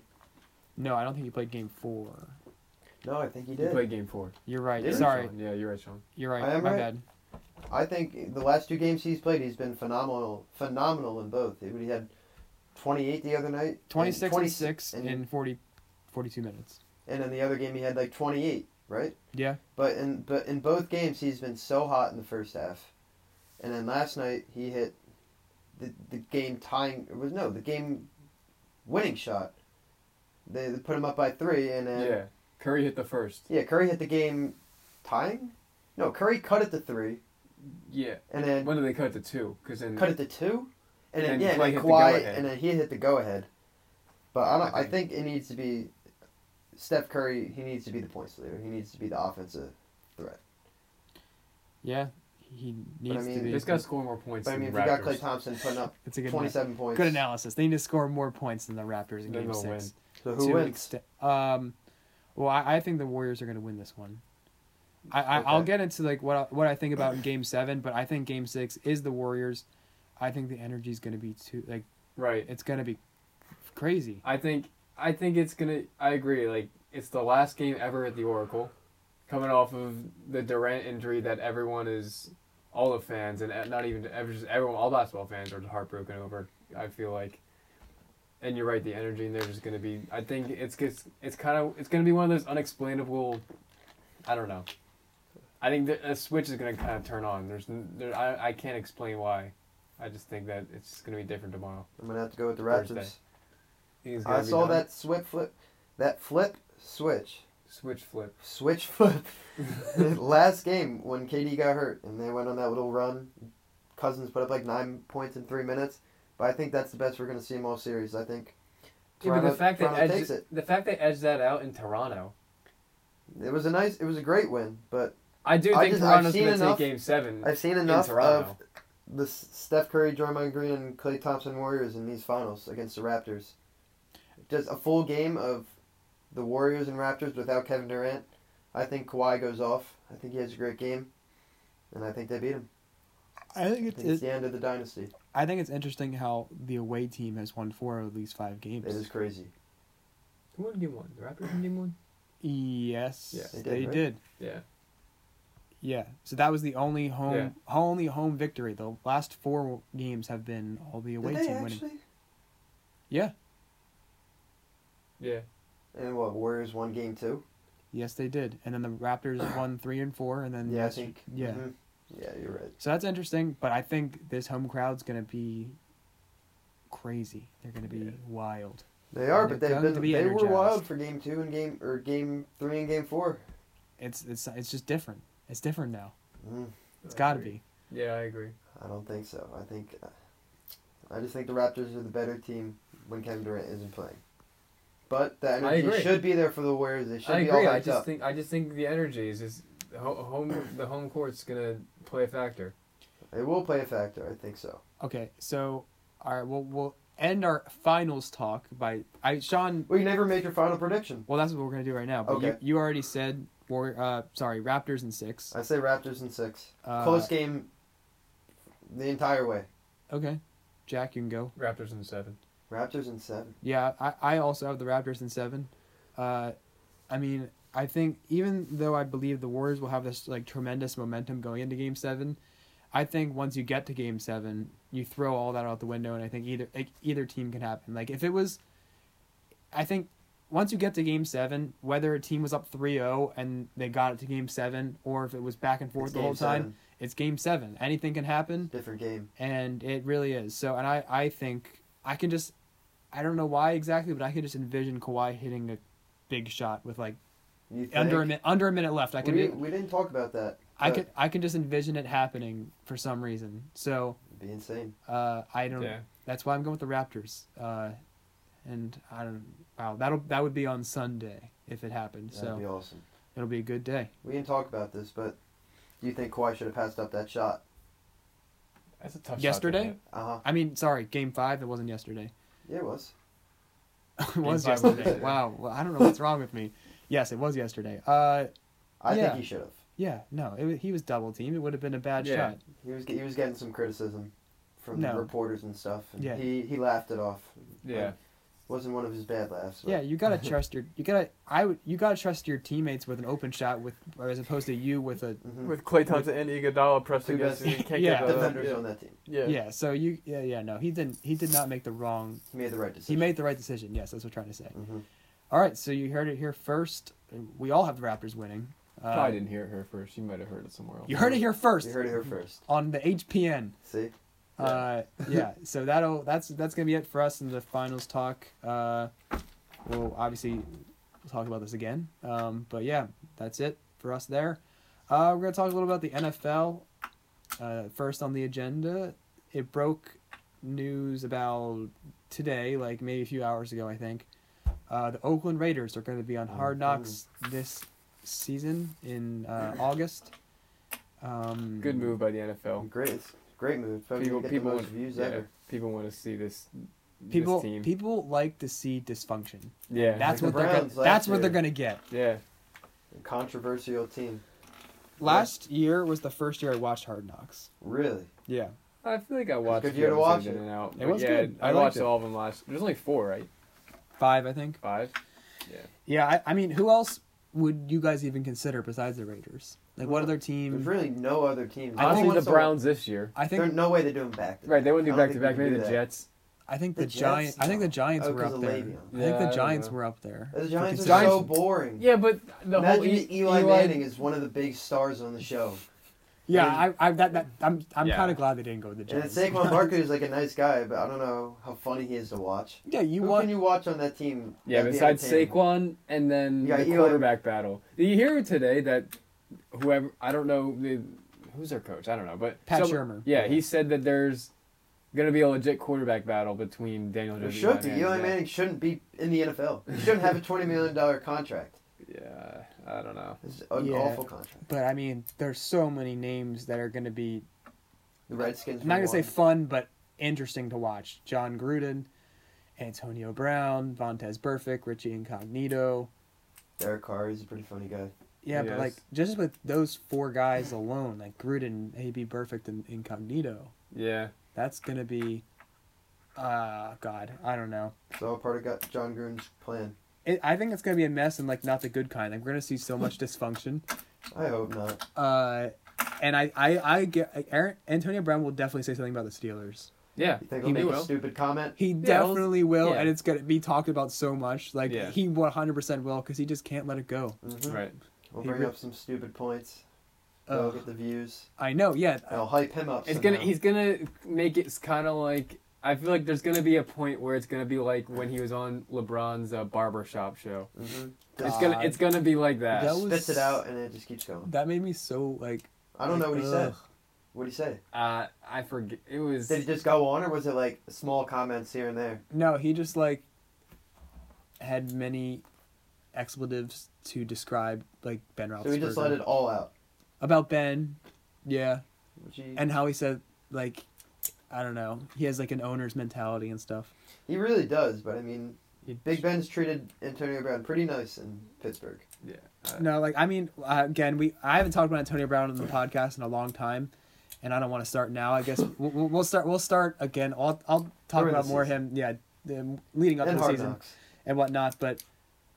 S1: No, I don't think he played game 4.
S2: No, I think he
S3: You
S2: did.
S3: played game four.
S1: You're right.
S2: Did he?
S1: Sorry.
S3: Sean. yeah, you're right, Sean.
S1: You're
S2: I
S1: right.
S2: am
S1: My
S2: right.
S1: bad.
S2: I think the last two games he's played, he's been phenomenal, phenomenal in both. He had 28 the other night, and
S1: 26 and
S2: 20
S1: 6
S2: and,
S1: in 40, 42 minutes.
S2: and in the other game he had like 28, right?
S1: Yeah.
S2: But in but in both games he's been so hot in the first half, and then last night he hit the the game tying it was no the game winning shot. They, they put him up by three, and then
S3: yeah, Curry hit the first.
S2: yeah, Curry hit the game tying. No, Curry cut it to three,
S3: Yeah.
S2: and then
S3: When did they cut it to two? Because then
S2: cut it to two, and then
S3: And
S2: yeah, and
S3: Klay
S2: then
S3: hit the
S2: Kawhi,
S3: go-ahead.
S2: and then he hit the go ahead. But I don't.
S3: I
S2: I think it needs to be Steph Curry. He needs to be the points leader. He needs to be the offensive.
S1: Yeah. he needs
S2: mean,
S1: to
S3: They
S1: be.
S3: just got to score more points.
S2: But I
S3: than
S2: mean, if
S3: the
S2: you got
S3: Raptors.
S2: Clay Thompson putting up
S1: It's a good, ana-
S2: 27 points,
S1: good analysis. They need to score more points than the Raptors in
S3: Then
S1: Game
S3: they'll win.
S1: Six.
S2: So who
S1: to
S2: wins?
S1: exte- um, well, I, I think the Warriors are going to win this one. I, I I'll
S2: Okay.
S1: get into like what I, what I think about in Game Seven, but I think Game Six is the Warriors. I think the energy is going to be too like
S3: Right.
S1: it's going to be crazy.
S3: I think I think it's gonna. I agree. Like it's the last game ever at the Oracle, coming off of the Durant injury that everyone is, all the fans and not even ever just everyone all basketball fans are heartbroken over. I feel like. And you're right. The energy and there's just gonna be. I think it's it's, it's kind of it's gonna be one of those unexplainable. I don't know. I think the, a switch is gonna kind of turn on. There's n- there, I I can't explain why. I just think that it's just gonna be different tomorrow.
S2: I'm gonna have to go with the
S3: Thursday.
S2: Raptors.
S3: It's gonna
S2: I
S3: be
S2: saw
S3: done.
S2: that swip flip, that flip switch,
S3: switch flip.
S2: switch flip. Last game when KD got hurt and they went on that little run, Cousins put up like nine points in three minutes. But I think that's the best we're gonna see him all series. I think.
S3: Yeah, but the
S2: Toronto-
S3: fact that
S2: Toronto
S3: edge,
S2: takes it.
S3: the fact they edged that out in Toronto,
S2: It was a nice, it was a great win, but
S3: I do
S2: I
S3: think
S2: just- I've
S3: Toronto's
S2: seen
S3: going to take
S2: enough-
S3: Game Seven
S2: I've seen
S3: in
S2: enough of
S3: Toronto.
S2: the S- Steph Curry, Draymond Green, and Clay Thompson Warriors in these finals against the Raptors. Just a full game of the Warriors and Raptors without Kevin Durant. I think Kawhi goes off. I think he has a great game, and I think they beat him.
S1: I think
S2: I think it's the end of the dynasty.
S1: I think it's interesting how the away team has won four of these five games.
S2: It is crazy.
S3: Who won Game One? The Raptors won Game One.
S1: Yes,
S3: Yeah.
S1: they,
S2: They
S1: did,
S2: did, right?
S3: Yeah,
S1: Yeah, so that was the only home
S3: Yeah.
S1: only home victory. The last four games have been all the away
S2: Did they
S1: team
S2: actually?
S1: winning. Yeah.
S3: yeah.
S2: And what Warriors won game two?
S1: Yes, they did. And then the Raptors won three and four, and then
S2: Yeah, I
S1: yes-
S2: think.
S1: yeah.
S2: mhm. Yeah, you're right.
S1: So that's interesting, but I think this home crowd's gonna be crazy. They're gonna be
S3: Yeah.
S1: wild.
S2: They are,
S1: They're
S2: but they've
S1: going to
S2: been
S1: be
S2: they were
S1: energized.
S2: wild for game two and game or game three and game four.
S1: It's it's it's just different. It's different now.
S2: Mm,
S1: It's
S3: I
S1: got to
S3: agree.
S1: be.
S3: Yeah, I agree.
S2: I don't think so. I think uh, I just think the Raptors are the better team when Kevin Durant isn't playing. But the
S3: agree.
S2: energy should be there for the Warriors. They should
S3: I
S2: be all
S3: agree.
S2: hyped
S3: I just
S2: up.
S3: think I just think the energy is just the ho- home. the home court's going to play a factor.
S2: It will play a factor. I think so.
S1: Okay, so all right, we'll we'll end our finals talk by I Sean.
S2: Well, you never made your final prediction.
S1: Well, that's what we're gonna do right now. But you,
S2: Okay.
S1: you already said war. Uh, sorry, Raptors in six.
S2: I say Raptors in six.
S1: Uh,
S2: Close game. The entire way.
S1: Okay, Jack, you can go.
S3: Raptors in seven.
S2: Raptors in seven.
S1: Yeah, I, I also have the Raptors in seven. Uh, I mean, I think even though I believe the Warriors will have this like tremendous momentum going into Game Seven, I think once you get to Game Seven, you throw all that out the window, and I think either like, either team can happen. Like if it was, I think once you get to Game Seven, whether a team was up 3-0 and they got it to Game Seven, or if it was back and forth
S2: It's
S1: the
S2: game
S1: whole time,
S2: seven.
S1: it's Game Seven. Anything can happen
S2: Different game.
S1: and it really is. So, and I, I think I can just, I don't know why exactly, but I can just envision Kawhi hitting a big shot with like
S2: You think?
S1: under a min- under a minute left. I can,
S2: we,
S1: be-
S2: we didn't talk about that.
S1: I
S2: but
S1: can, I can just envision it happening for some reason. So,
S2: It'd be insane.
S1: uh, I don't.
S3: Yeah.
S1: That's why I'm going with the Raptors. Uh, and I don't. Wow, that'll that would be on Sunday if it happened.
S2: That'd
S1: so
S2: be awesome.
S1: it'll be a good day.
S2: We didn't talk about this, but do you think Kawhi should have passed up that shot?
S3: That's a tough. shot to
S1: Yesterday?
S3: hit.
S2: Uh huh.
S1: I mean, sorry, Game Five. It wasn't yesterday.
S2: Yeah, it was.
S1: it was
S3: five was
S1: yesterday.
S3: yesterday.
S1: wow. Well, I don't know what's wrong with me. Yes, it was yesterday. Uh,
S2: I
S1: Yeah.
S2: think he should have.
S1: Yeah, no, it, wa- he was double teamed. It would have been a bad
S3: Yeah.
S1: shot.
S2: He was he was getting some criticism from
S1: No.
S2: reporters and stuff. And
S1: Yeah.
S2: He he laughed it off.
S3: Yeah.
S2: Wasn't one of his bad laughs. but-
S1: Yeah, you gotta trust your you gotta I would you gotta trust your teammates with an open shot with or as opposed to you with a
S2: Mhm.
S3: Clay Thompson and Iguodala pressed
S2: Two against best-
S1: you, you can't get Yeah.
S3: Uh,
S1: the-
S2: defenders on that team.
S1: yeah. So you yeah yeah no he didn't he did not make the wrong
S2: He made the right
S1: he
S2: decision.
S1: made the right decision. Yes, that's what we're trying to say.
S2: Mhm.
S1: All right, so you heard it here first. We all have the Raptors winning. Uh,
S3: Probably didn't hear it her first. You might have heard it somewhere else.
S1: You heard it here first
S2: You heard it here first.
S1: on the HPN.
S2: See,
S1: Yeah. Uh, yeah. So that'll that's that's gonna be it for us in the finals talk. Uh, we'll obviously talk about this again. Um, but yeah, that's it for us there. Uh, we're gonna talk a little about the NFL. Uh, first on the agenda, it broke news about today, like maybe a few hours ago, I think. Uh, the Oakland Raiders
S3: Oh,
S1: are going to be on Hard Knocks this season in uh, August. Um,
S3: Good move by the NFL.
S2: Great, it's a great move. Probably
S3: People,
S2: people, get
S3: people,
S2: the
S3: want,
S2: most views
S3: yeah,
S2: ever.
S3: people want to see this,
S1: People
S3: this team.
S1: people like to see dysfunction.
S3: yeah,
S1: That's
S2: Like
S1: what
S2: the
S1: they're gonna,
S2: Browns last
S1: that's what they're
S2: year.
S1: gonna get.
S3: yeah.
S2: Controversial team.
S1: Last year was the first year I watched Hard Knocks.
S2: Really?
S1: Yeah,
S3: I feel like I watched
S2: good
S3: a few
S2: year to
S3: episodes
S2: watch
S3: in
S2: it.
S3: and out.
S1: It
S3: but
S1: was
S3: yeah,
S1: good.
S3: I,
S1: I liked
S3: watched
S1: it.
S3: all of them last. There's only four, right?
S1: five I think.
S3: Five.
S1: Yeah, I, I mean, who else would you guys even consider besides the Raiders? Like, what
S2: Well,
S1: other
S2: There's
S1: team?
S2: really no other team.
S1: I
S3: Honestly,
S1: think
S3: the
S1: so.
S3: Browns this year.
S1: I
S2: There's
S1: think
S2: no way they're doing back.
S3: Right, they wouldn't do
S2: I don't
S3: back to
S2: think
S3: back.
S2: we
S3: Maybe
S2: can
S3: the
S2: do that.
S3: Jets.
S1: I think
S2: The
S1: the,
S2: Jets?
S1: Giants. I think the
S2: No.
S1: Giants
S2: Oh,
S1: were
S2: 'cause
S1: up
S2: of
S1: there.
S2: Le'Veon.
S1: I think
S3: Yeah, I
S1: the
S3: don't
S1: Giants
S3: know.
S1: were up there.
S2: The
S1: for
S2: Giants are
S1: consideration.
S2: so boring.
S3: Yeah, but the whole
S2: Imagine
S3: E-
S2: Eli, Manning is one of the big stars on the show,
S1: Yeah, I, I that, that I'm I'm
S3: Yeah.
S1: kind of glad they didn't go with the
S2: and
S1: Giants.
S2: Saquon Barkley is like a nice guy, but I don't know how funny he is to watch.
S1: yeah, you
S2: Who can
S1: want
S2: you watch on that team?
S3: Yeah,
S2: that'd be
S3: besides
S2: entertaining?
S3: Saquon and then
S2: Yeah,
S3: the
S2: Eli-
S3: quarterback battle. Did you hear today that whoever I don't know the, who's their coach? I don't know, but
S1: Pat
S3: some-
S1: Shermer.
S3: Yeah, he said that there's gonna be a legit quarterback battle between Daniel
S2: There
S3: Jones. and
S2: should be. Eli
S3: yeah.
S2: Manning shouldn't be in the NFL. He shouldn't have a twenty million dollar contract.
S3: Yeah, I don't know.
S2: It's an
S1: Yeah.
S2: awful contract.
S1: But I mean, there's so many names that are going to be.
S2: The Redskins.
S1: I'm not
S2: were
S1: going to say
S2: one.
S1: fun, but interesting to watch. John Gruden, Antonio Brown, Vontez Burfict, Richie Incognito.
S2: Derek Carr is a pretty funny guy.
S1: Yeah, but like
S3: Yes.
S1: just with those four guys alone, like Gruden, AB Burfict, and Incognito,
S3: Yeah,
S1: that's going to be. Uh, God, I don't know.
S2: It's all part of got John Gruden's plan.
S1: It, I think it's going to be a mess and like not the good kind. Like we're going to see so much dysfunction.
S2: I hope not.
S1: Uh, and I, I, I get like, Aaron, Antonio Brown will definitely say something about the Steelers.
S3: yeah.
S2: You think
S1: He
S2: he'll make
S1: will.
S2: a stupid comment?
S1: He
S3: well,
S1: definitely will,
S3: yeah.
S1: and it's gonna be talked about so much. Like
S3: Yeah.
S1: he one hundred percent will, because he just can't let it go.
S2: Mhm.
S3: Right.
S2: We'll
S1: He
S2: bring
S1: re-
S2: up some stupid points.
S1: Uh,
S2: They'll get the views.
S1: I know. Yeah,
S2: I'll hype him up.
S3: Uh, It's gonna.
S2: somehow.
S3: He's gonna make it kind of like. I feel like there's gonna be a point where it's gonna be like when he was on LeBron's uh, barbershop show.
S2: Mhm.
S3: It's gonna.
S1: God.
S3: It's gonna be like that.
S1: That was-
S2: spits it out and it just keeps going.
S1: that made me so like.
S2: I don't know what he said.
S1: ugh.
S2: What did he say?
S3: Uh, I forget. It was.
S2: Did he just go on, or was it like small comments here and there?
S1: No, he just like had many expletives to describe like Ben Roethlisberger.
S2: So he just let it all out.
S1: about Ben. Yeah,
S2: Which he,
S1: and how he said like, I don't know. He has like an owner's mentality and stuff.
S2: he really does, but I mean,
S3: He-
S2: Big Ben's treated Antonio Brown pretty nice in Pittsburgh.
S3: Yeah.
S1: No, like I mean, uh, again, we I haven't talked about Antonio Brown on the podcast in a long time, and I don't want to start now. I guess we'll, we'll we'll start. We'll start again. I'll I'll talk
S2: During
S1: about
S2: the
S1: more
S2: season.
S1: him. Yeah, the, leading up
S2: and
S1: to the
S2: Hard
S1: season
S2: Knocks.
S1: and whatnot. But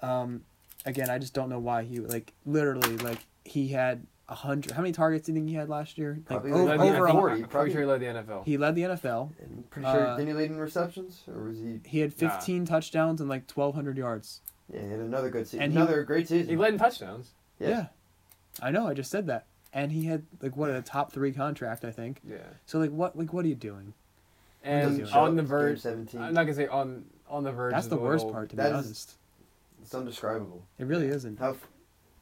S1: um, again, I just don't know why he like literally like he had a hundred. How many targets do you think he had last year? Like
S2: Probably
S1: o-
S2: like
S3: Led the
S1: over
S3: NFL.
S1: a,
S2: 40,
S3: I'm pretty
S2: probably.
S3: sure he led the NFL.
S1: he led the NFL.
S2: And pretty sure
S1: Uh,
S2: didn't he lead in receptions, or was he?
S1: He had
S3: Nah.
S1: 15 touchdowns and like 1,200 yards.
S2: Yeah, he had another good season.
S1: And he-
S2: another great season.
S3: He led in touchdowns.
S1: Yeah. I know. I just said that, and he had like what a top three contract, I think.
S3: Yeah.
S1: So like, what like what are you doing?
S2: Doesn't
S3: And
S2: show
S3: on
S2: up.
S3: the
S2: Game
S3: verge.
S2: Seventeen.
S1: Uh,
S3: I'm not gonna say on on the verge.
S1: That's
S3: is
S1: the
S3: a
S1: worst
S3: little-
S1: part, to be
S2: That's-
S1: honest.
S2: It's undescribable.
S1: It really isn't.
S2: How f-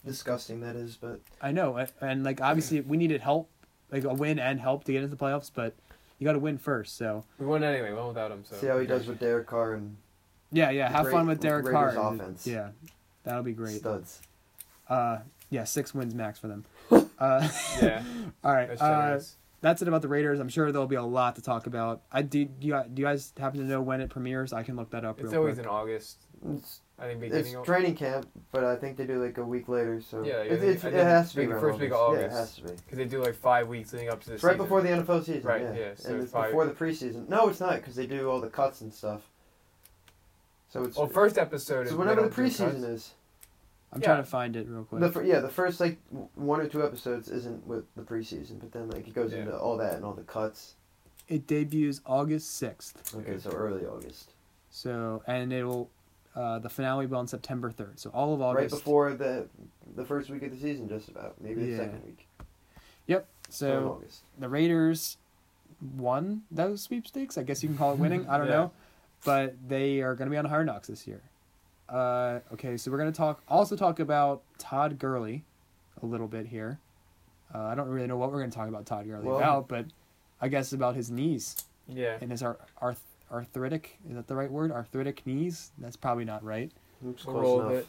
S2: disgusting that is, but
S1: I know, a- and like obviously we needed help, like a win and help to get into the playoffs, but you got to win first. So
S3: We won anyway. Won without him. So.
S2: see how he does with Derek Carr and
S1: yeah, yeah, have
S2: Ra-
S1: fun with Derek
S2: Raiders
S1: Carr.
S2: offense.
S1: Yeah, that'll be great.
S2: studs.
S1: Uh, yeah, six wins max for them. Uh,
S3: Yeah.
S1: all right,
S3: That's
S1: uh,
S3: generous.
S1: that's it about the Raiders. I'm sure there'll be a lot to talk about. I do. Do you, do you guys happen to know when it premieres? I can look that up.
S3: it's
S1: real
S3: always
S1: quick.
S3: in August.
S2: It's,
S3: I think
S2: it's
S3: beginning. of
S2: training camp, but I think they do like a week later, so
S3: Yeah, I
S2: it,
S3: think-
S2: it's,
S3: I
S2: it
S3: think
S2: has to be
S3: maybe
S2: around
S3: first week of
S2: August. Yeah, it
S3: August.
S2: has to be.
S3: Because they do like five weeks leading up to this.
S2: It's right before the NFL season.
S3: Right,
S2: Yeah.
S3: yeah, so
S2: and
S3: it's
S2: it's
S3: probably-
S2: before the preseason. No, it's not because they do all the cuts and stuff. So it's
S3: Well, first episode is
S2: so whenever the
S3: middle of June,
S2: preseason
S3: right?
S2: is.
S1: I'm
S3: yeah.
S1: trying to find it real quick.
S2: The fir- yeah, the first like w- one or two episodes isn't with the preseason, but then like it goes
S3: Yeah.
S2: into all that and all the cuts.
S1: it debuts August sixth.
S2: Okay, so early August,
S1: So and it'll uh, the finale will be on September third. So all of August.
S2: right before the the first week of the season, just about maybe
S1: Yeah.
S2: the second week. Early
S1: So
S2: August.
S1: the Raiders won those sweepstakes. I guess you can call it winning. I don't
S3: Yeah.
S1: know, but they are going to be on Hard Knocks this year. Uh, okay, so we're going to talk also talk about Todd Gurley a little bit here. Uh, I don't really know what we're going to talk about Todd Gurley
S2: Well-
S1: about, but I guess about his knees
S3: Yeah.
S1: and his ar- arth- arthritic. Is that the right word? Arthritic knees. That's probably not right.
S2: It's
S3: We'll
S2: close
S3: roll
S2: enough.
S3: with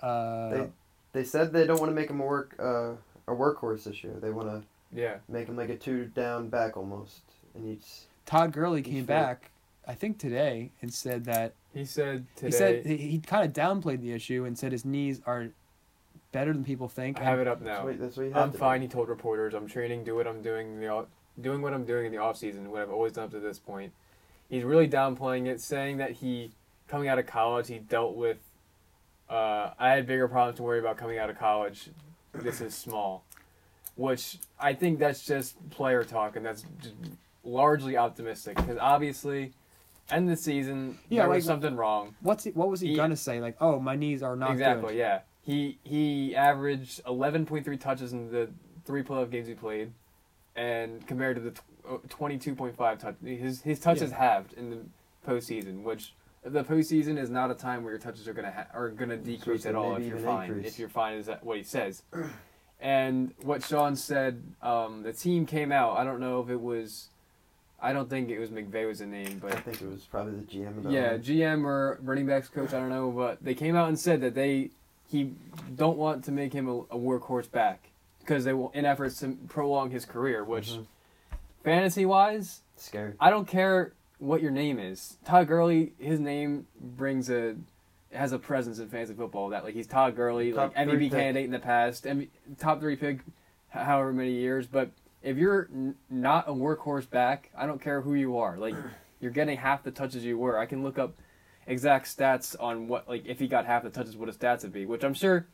S3: it.
S1: Uh,
S2: They said they don't want to make him work uh, a workhorse this year. They want to
S3: Yeah.
S2: make him like a two down back almost, and you just
S1: Todd Gurley
S2: He's
S1: came
S2: fit.
S1: back, I think today, and said that
S3: He said today.
S1: he said he, he kind of downplayed the issue and said his knees are better than people think.
S3: I have
S1: and
S3: it up
S2: that's
S3: now.
S2: what, that's what you have
S3: I'm
S2: to do.
S3: fine. He told reporters, "I'm training, do what I'm doing, in the off- doing what I'm doing in the off season, what I've always done up to this point." He's really downplaying it, saying that he, coming out of college, he dealt with. Uh, I had bigger problems to worry about coming out of college. This is small, which I think that's just player talk, and that's just largely optimistic because obviously, end of the season,
S1: Yeah,
S3: there
S1: like-
S3: was something wrong.
S1: What's he, what was he
S3: He-
S1: gonna say? Like, oh, my knees are not
S3: exactly.
S1: good.
S3: Yeah, he he averaged eleven point three touches in the three playoff games he played, and compared to the twenty two point five touch, his his touches halved in the postseason, which. The postseason is not a time where your touches are gonna ha- are gonna decrease
S2: to
S3: at all
S2: maybe
S3: if you're
S2: even
S3: fine.
S2: increase.
S3: If you're fine is that what he says, and what Sean said, um, the team came out. I don't know if it was, I don't think it was McVay was the name, but
S2: I think it was probably the GM. of the
S3: yeah,
S2: line.
S3: GM or running backs coach, I don't know, but they came out and said that they he don't want to make him a, a workhorse back because they will in efforts to prolong his career. Which
S2: Mhm.
S3: fantasy wise,
S2: scary.
S3: I don't care what your name is. Todd Gurley, his name brings a has a presence in fantasy football that like he's Todd Gurley,
S2: Top
S3: like
S2: three
S3: MVP
S2: pick.
S3: candidate in the past, M- top three pick, h- however many years. But if you're n- not a workhorse back, I don't care who you are. Like you're getting half the touches you were. I can look up exact stats on what like if he got half the touches, what his stats would be. Which I'm sure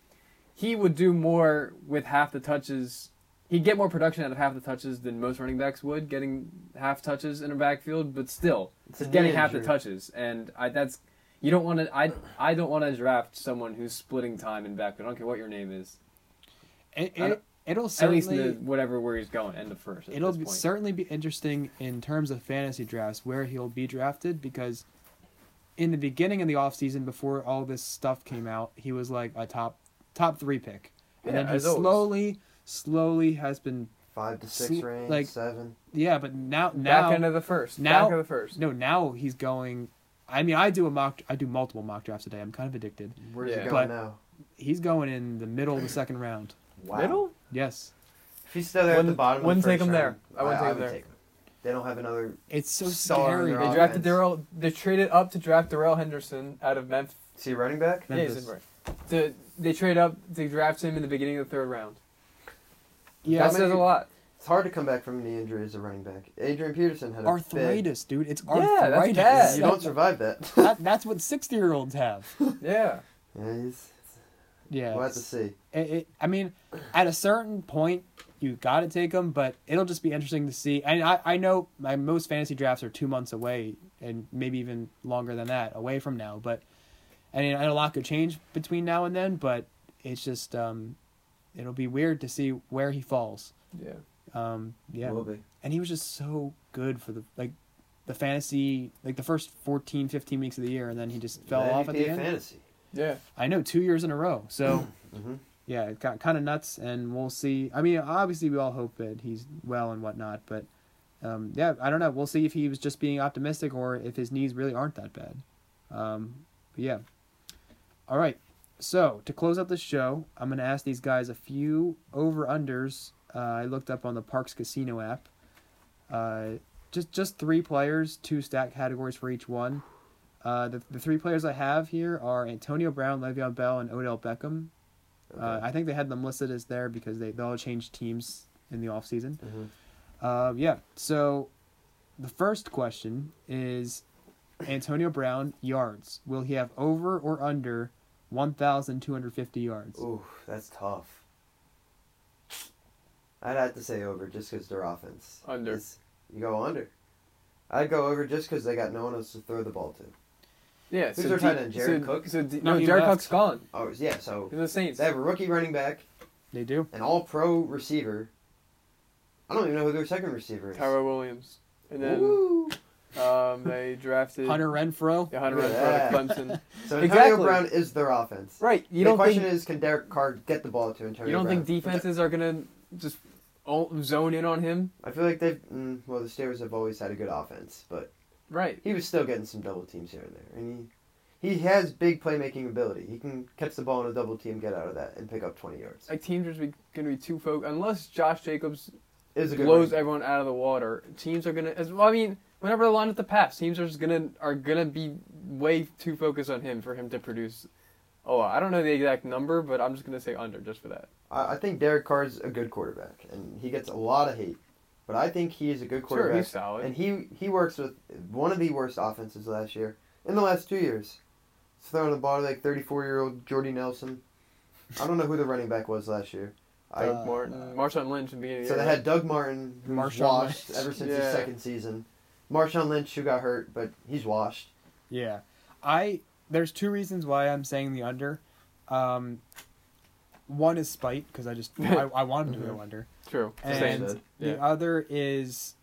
S3: he would do more with half the touches he'd get more production out of half the touches than most running backs would, getting half touches in a backfield, but still,
S2: It's
S3: it's
S2: a
S3: getting
S2: knee
S3: half the
S2: injury.
S3: touches, and I, that's you don't want to. I I don't want to draft someone who's splitting time in backfield. I don't care what your name is.
S1: It,
S3: I
S1: it,
S3: don't-
S1: it'll
S3: At
S1: certainly
S3: least in the, whatever where he's going, end of first. At
S1: It'll
S3: this
S1: be,
S3: point.
S1: certainly be interesting in terms of fantasy drafts where he'll be drafted because in the beginning of the offseason before all this stuff came out, he was like a top top 3 pick. And
S3: Yeah,
S1: then he
S3: as always.
S1: slowly slowly has been
S2: Five to six
S1: Sl-
S2: range,
S1: like-
S2: seven.
S1: yeah, but now now
S3: back end of the first.
S1: now-
S3: back of the first.
S1: no, now he's going I mean, I do a mock I do multiple mock drafts a day. I'm kind of addicted.
S2: Where's
S3: Yeah.
S2: he
S1: But-
S2: going now?
S1: He's going in the middle of the second round.
S2: Wow.
S3: Middle?
S1: Yes.
S2: If he's still there at the
S3: Wouldn't-
S2: bottom,
S3: wouldn't
S2: of the
S3: take
S2: first
S3: him there.
S2: round,
S3: I wouldn't take him
S2: would
S3: there.
S2: him. They don't have another.
S1: It's so
S2: Star in
S1: scary.
S2: their
S3: They
S2: Offense.
S3: drafted Darrell. They traded up to draft Darrell Henderson out of Memphis.
S2: See running back.
S3: Yeah, he's
S1: Memphis.
S3: in- The, they trade up to draft him in the beginning of the third round.
S1: Yeah,
S3: that says a lot.
S2: It's hard to come back from knee injury as a running back. Adrian Peterson had a Big,
S1: arthritis, dude. It's
S3: Yeah, that's
S1: arthritis.
S3: bad.
S2: you don't survive that. yeah,
S1: that, that's what 60 year olds have.
S3: Yeah.
S2: he's-
S1: Yeah.
S2: we'll have to see.
S1: It, it, I mean, at a certain point, you got to take them, but it'll just be interesting to see. And I, I know my most fantasy drafts are two months away and maybe even longer than that away from now. But I mean, I know a lot could change between now and then, but it's just, um, it'll be weird to see where he falls.
S3: Yeah.
S1: Um, yeah.
S2: Will be.
S1: and he was just so good for the, like, the fantasy, like the first 14, 15 weeks of the year, and then he just fell
S2: The
S1: off at
S2: MVP
S1: the
S2: of
S1: end.
S2: fantasy.
S3: Yeah.
S1: I know, two years in a row. So.
S2: hmm
S1: yeah, it got kind of nuts, and we'll see. I mean, obviously, we all hope that he's well and whatnot, but um, yeah, I don't know. We'll see if he was just being optimistic or if his knees really aren't that bad. Um, but yeah. All right. So to close out the show, I'm gonna ask these guys a few over unders. Uh, I looked up on the Parks Casino app. Uh, just just three players, two stat categories for each one. Uh, the, the three players I have here are Antonio Brown, Le'Veon Bell, and Odell Beckham. Uh, I think they had them listed as there because they, they all changed teams in the offseason.
S2: Mhm.
S1: Uh, yeah, so the first question is Antonio Brown yards. Will he have over or under 1,250 yards?
S2: Ooh, that's tough. I'd have to say over just because their offense.
S3: Under.
S2: is- you go under. I'd go over just because they got no one else to throw the ball to.
S3: Yeah.
S2: Who's their tight end, Jared
S3: so,
S2: Cook?
S3: So D-
S1: No,
S3: no,
S1: he
S3: Jared
S1: left.
S3: Cook's gone.
S2: Oh, yeah, so
S3: He's in the Saints.
S2: they have a rookie running back,
S1: They do.
S2: an all pro receiver. I don't even know who their second receiver is.
S3: Tyrell Williams, and then
S2: Woo!
S3: um, they drafted
S1: Hunter Renfro.
S3: Yeah, Hunter
S2: Look
S3: Renfro
S2: at that.
S3: to Clemson.
S2: So Antonio
S3: Exactly.
S2: Brown is their offense.
S3: right. You
S2: the
S3: don't
S2: question
S3: think
S2: is, can Derek Carr get the ball to Antonio
S3: you don't
S2: Brown?
S3: think defenses are gonna just all zone in on him?
S2: I feel like they've. Mm, well, the Steelers have always had a good offense, but
S3: Right.
S2: he was still getting some double teams here and there, and he he has big playmaking ability. He can catch the ball in a double team, get out of that, and pick up twenty yards.
S3: Like teams are going to be too focused unless Josh Jacobs
S2: It was a good
S3: blows
S2: run.
S3: everyone out of the water. Teams are gonna. As, well, I mean, whenever they line up the pass, teams are just gonna are gonna be way too focused on him for him to produce. Oh, I don't know the exact number, but I'm just gonna say under just for that.
S2: I, I think Derek Carr's a good quarterback, and he gets a lot of hate, but I think he is a good
S3: Sure,
S2: quarterback.
S3: he's solid.
S2: and he he works with one of the worst offenses last year in the last two years. He's throwing the ball to like 34 year old Jordy Nelson. I don't know who the running back was last year. I,
S1: Uh,
S3: Doug Martin, Marshawn Lynch, in the beginning.
S2: so they had Doug Martin, who's
S1: Marshawn
S2: washed
S1: Lynch.
S2: ever since
S3: Yeah.
S2: his second season. Marshawn Lynch, who got hurt, but he's washed.
S1: Yeah, I there's two reasons why I'm saying the under. Um, one is spite because I just I, I wanted him to go under,
S3: true.
S1: and
S2: Same.
S1: the
S3: Yeah.
S1: other is,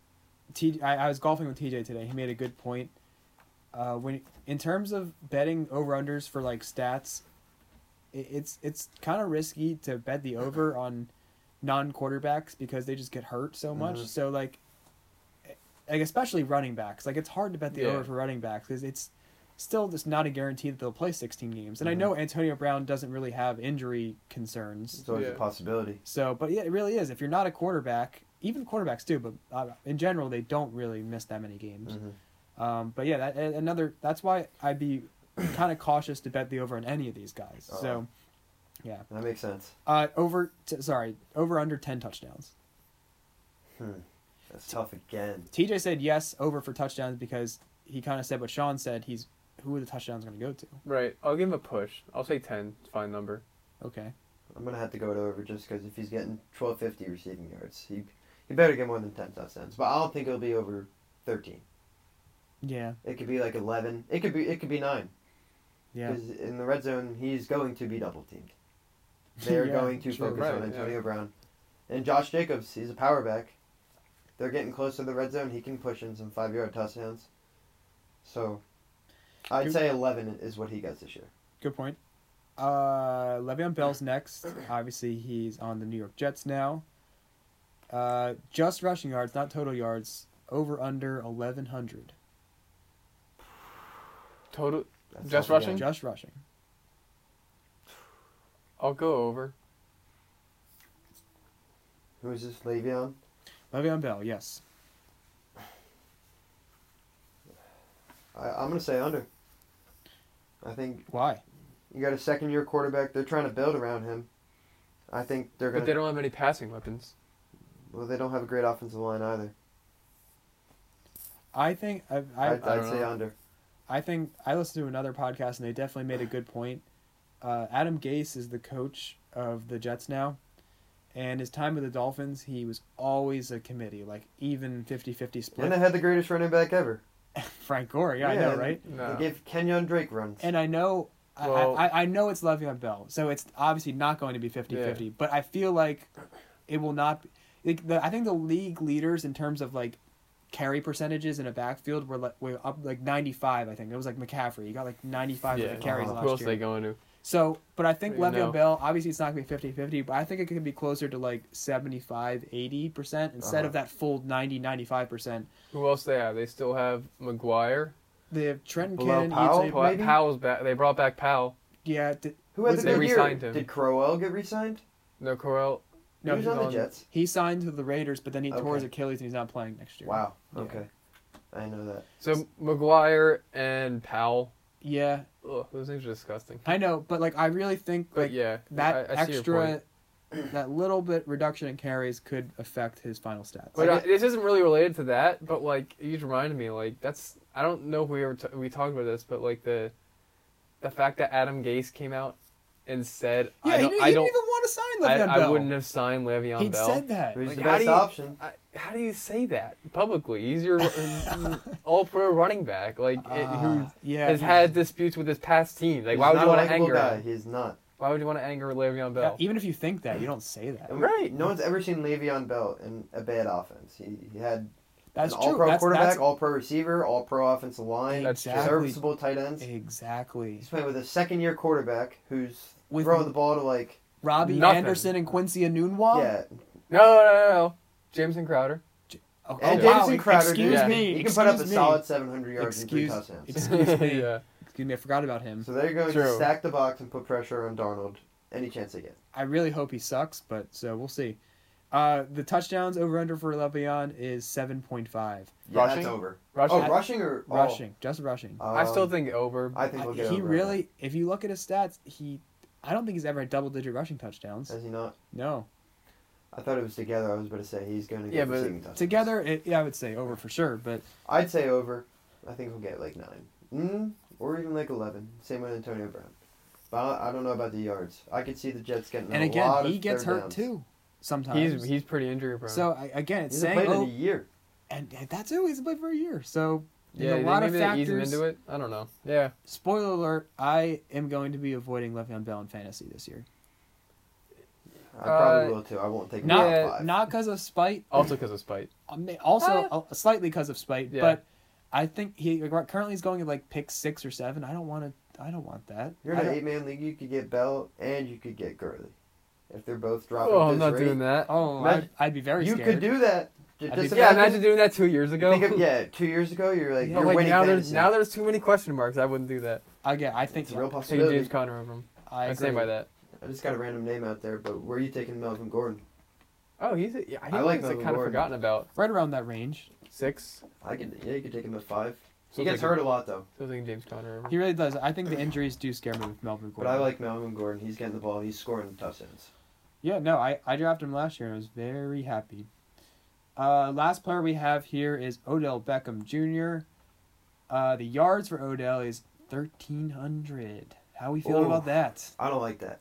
S1: T. I, I was golfing with TJ today. He made a good point. Uh, when in terms of betting over unders for like stats, it, it's it's kind of risky to bet the over on non quarterbacks because they just get hurt so much.
S3: Mm-hmm.
S2: Mhm.
S1: So like, like especially running backs, like it's hard to bet the
S3: Yeah.
S1: over for running backs because it's still just not a guarantee that they'll play 16 games.
S3: Mm-hmm.
S1: And I know Antonio Brown doesn't really have injury concerns.
S2: It's always
S3: Yeah.
S2: a possibility.
S1: So, but yeah, it really is. If you're not a quarterback, even quarterbacks do, but uh, in general, they don't really miss that many games.
S2: Mhm.
S1: Um, but yeah, that, a- another. That's why I'd be kind of cautious to bet the over on any of these guys. So,
S2: That makes sense.
S1: uh, over. T- sorry, over under ten touchdowns.
S2: That's tough again.
S1: TJ said yes over for touchdowns because he kind of said what Sean said. He's who are the touchdowns going to go to?
S3: Right. I'll give him a push. I'll say ten. It's a fine number.
S1: Okay,
S2: I'm gonna have to go it over just because if he's getting 1250 receiving yards, he he better get more than 10 touchdowns. But I don't think it'll be over 13.
S1: yeah,
S2: It could be like 11. It could be it could be nine.
S1: yeah,
S2: Because in the red zone, he's going to be double teamed. They're
S1: Yeah,
S2: going to
S1: true.
S2: focus
S3: Right,
S2: on
S3: yeah.
S2: Antonio Brown and Josh Jacobs. He's a power back. They're getting close to the red zone. He can push in some five yard touchdowns. So, I'd
S1: Who-
S2: say 11 is what he gets this year.
S1: good point. Uh, Le'Veon Bell's next. Obviously, he's on the New York Jets now. Uh, just rushing yards, not total yards. Over under eleven hundred.
S3: Total.
S2: That's
S3: Just
S2: tough again.
S3: rushing?
S1: Just rushing.
S3: I'll go over.
S2: Who is this? Le'Veon.
S1: Le'Veon Bell, yes.
S2: I, I'm gonna say under. I think
S1: Why?
S2: You got a second year quarterback. They're trying to build around him. I think they're going
S3: But
S2: to.
S3: they don't have any passing weapons.
S2: Well, they don't have a great offensive line either.
S1: I think I
S2: I,
S1: I,
S2: would
S1: I,
S2: I'd
S3: don't
S2: say
S3: know.
S2: under.
S1: think I listened to another podcast and they definitely made a good point. Uh, Adam Gase is the coach of the Jets now. And his time with the Dolphins, he was always a committee, like even 50-50
S2: And they
S1: split.
S2: had the greatest running back ever.
S1: Frank Gore, yeah, I know,
S2: and
S1: right?
S3: No.
S2: They gave Kenyon Drake runs.
S1: And I know I
S3: Well-
S1: I, I know it's Le'Veon Bell, so it's obviously not going to be 50 50. But I feel like it will not be. Like the, I think the league leaders in terms of like carry percentages in a backfield were, like, were up like 95, I think. It was like McCaffrey. He got like 95 of the carries
S2: Uh-huh.
S1: last
S3: Who else
S1: year.
S3: they going to?
S1: So, but I think
S3: You
S1: Le'Veon
S3: know.
S1: Bell, obviously it's not going to be 50 50, but I think it can be closer to like 75 80% instead
S2: Uh-huh.
S1: of that full 90 95%.
S3: Who else they have? They still have Mguire.
S1: They have Trenton
S2: Below
S1: Cannon,
S2: Powell,
S1: Eze-
S2: Paul- maybe?
S3: Powell's back. They brought back Powell.
S1: yeah, d-
S2: Who had
S1: was
S2: the
S1: they
S2: good year?
S3: re-signed him?
S2: Did Crowell get re signed?
S3: No, Corral.
S1: no,
S2: he was
S1: he's
S2: on the
S1: on-
S2: Jets.
S1: He signed to the Raiders, but then he tore
S2: Okay.
S1: his Achilles and he's not playing next year.
S2: Wow.
S1: Yeah.
S2: Okay. I know that.
S3: So McGuire and Powell.
S1: Yeah,
S3: Ugh, those things are disgusting.
S1: I know, but like I really think
S3: But
S1: like
S3: yeah,
S1: that
S3: I, I see your point.
S1: extra, that little bit reduction in carries could affect his final stats.
S3: But
S2: I
S3: uh,
S2: get-
S3: this isn't really related to that. But like, you just reminded me. Like, that's I don't know if we ever t- we talked about this, but like the the fact that Adam Gase came out and said,
S1: yeah,
S3: I
S1: he,
S3: don't,
S1: didn't,
S3: I
S1: he
S3: don't,
S1: didn't even want to sign
S3: I,
S1: Le'Veon
S3: I
S1: Bell.
S3: wouldn't have signed Le'Veon
S1: he
S3: Bell.
S1: said that.
S2: Who's
S3: Like,
S2: the
S3: how
S2: best
S3: do you-
S2: option?
S3: I, how do you say that publicly? He's your uh, all pro running back, like it, who
S1: Ah, yeah,
S3: has
S1: he-
S3: had disputes with his past team. Like,
S2: He's
S3: why would
S2: not
S3: you
S2: a
S3: want to
S2: likable
S3: anger?
S2: guy.
S3: Him?
S2: He's not.
S3: Why would you want to anger Le'Veon
S1: Yeah,
S3: Bell?
S1: even if you think that, you don't say that.
S2: And
S3: Right.
S2: No one's ever seen Le'Veon Bell in a bad offense. He, he had
S1: That's
S2: an
S1: true.
S2: all pro
S1: that's,
S2: quarterback,
S1: that's-
S2: all pro receiver, all pro offensive line,
S3: That's true.
S2: serviceable tight ends.
S1: exactly.
S2: He's playing with a second year quarterback who's
S1: With-
S2: throwing the ball to like
S1: Robbie
S3: Nothing.
S1: Anderson and Quincy Anunwa.
S2: yeah.
S3: No, no, no, no. Jameson Crowder.
S1: Oh,
S2: And
S1: oh, wow,
S2: Jameson Crowder,
S1: Excuse
S2: dude,
S3: Yeah.
S1: me.
S2: he can
S1: excuse
S2: put up a
S1: me.
S2: solid 700 yards and three
S1: Excuse,
S2: touchdowns.
S1: excuse me.
S3: yeah.
S1: Excuse me, I forgot about him.
S2: So they're going to
S3: True.
S2: stack the box and put pressure on Darnold any chance they get.
S1: I really hope he sucks, but so we'll see. Uh, the touchdowns over under for Le'Veon is seven point five.
S2: Yeah,
S3: Rushing?
S2: that's over.
S3: Rushing.
S2: Oh, rushing or oh,
S1: Rushing, just rushing. Uh,
S2: um,
S3: I still think over.
S2: I think we'll get
S1: he
S2: over. it.
S1: really, if you look at his stats, he, I don't think he's ever had double digit rushing touchdowns.
S2: Has he not?
S1: No,
S2: I thought it was together. I was about to say he's going to get
S3: Yeah,
S2: yeah,
S3: but
S2: receiving touchdowns.
S1: together, it, yeah, I would say over for sure. But
S2: I'd say over. I think we'll get like nine, mm, or even like eleven. Same with Antonio Brown. But I don't- I don't know about the yards. I could see the Jets getting
S1: and
S2: a lot
S1: again,
S2: of
S1: he gets
S2: third
S1: hurt
S2: downs.
S1: too sometimes.
S3: he's he's pretty injury prone.
S1: so I, again,
S2: He
S1: it's
S2: hasn't
S1: saying
S2: played
S1: oh,
S2: in a year.
S1: and and that's it. He's played for a year, so
S3: yeah,
S1: there's a lot of
S3: maybe they ease him
S1: factors.
S3: into it. I don't know. Yeah,
S1: Spoiler alert, I am going to be avoiding Le'Veon Bell in fantasy this year.
S2: I probably
S3: Uh,
S2: will too. I won't take him
S1: Not
S2: top
S3: Yeah.
S2: five.
S1: not because of spite,
S3: also because of spite.
S1: I mean, also
S3: Uh,
S1: uh, slightly because of spite,
S3: Yeah.
S1: but I think he currently is going at like pick six or seven. I don't want to. I don't want that.
S2: You're
S1: I
S2: in an
S1: don't-
S2: eight man league. You could get Bell and you could get Gurley, if they're both dropping.
S3: Oh,
S2: at
S3: I'm
S2: this
S3: not
S2: rate.
S3: doing that.
S1: Oh,
S2: Imagine-
S1: I'd, I'd be very
S2: You
S1: scared.
S2: could do that. J-
S1: I'd
S2: Just
S1: be-
S3: yeah,
S2: imagine.
S3: imagine doing that two years ago.
S2: Think of- yeah, two years ago you're like
S1: Yeah.
S2: you're
S3: But like
S2: winning
S3: now there's
S2: fantasy.
S3: now there's too many question marks. I wouldn't do that.
S1: Again, I think
S2: it's a real
S3: Take James
S2: possibility.
S3: Conner over him.
S1: I
S3: I
S1: agree.
S3: stand by that.
S2: I just got a random name out there, but where are you taking Melvin Gordon?
S3: Oh, he's a, yeah, I,
S2: I
S3: think he's
S2: like
S3: like
S2: Melvin
S3: kind of
S2: Gordon.
S3: forgotten about
S1: Right around that range.
S3: six.
S2: I could yeah, you could take him at five.
S3: So
S2: he gets
S3: it's like-
S2: hurt a lot though,
S3: So I was thinking James Conner. Over.
S1: He really does. I think the injuries do scare me with Melvin
S2: Mm-hmm. but
S1: Gordon.
S2: I like Melvin Gordon. He's getting the ball. He's scoring touchdowns.
S1: Yeah, no, I, I drafted him last year and I was very happy. Uh, last player we have here is Odell Beckham Jr. Uh, the yards for Odell is 1,300. How we feeling
S2: Ooh.
S1: about that?
S2: I don't like that.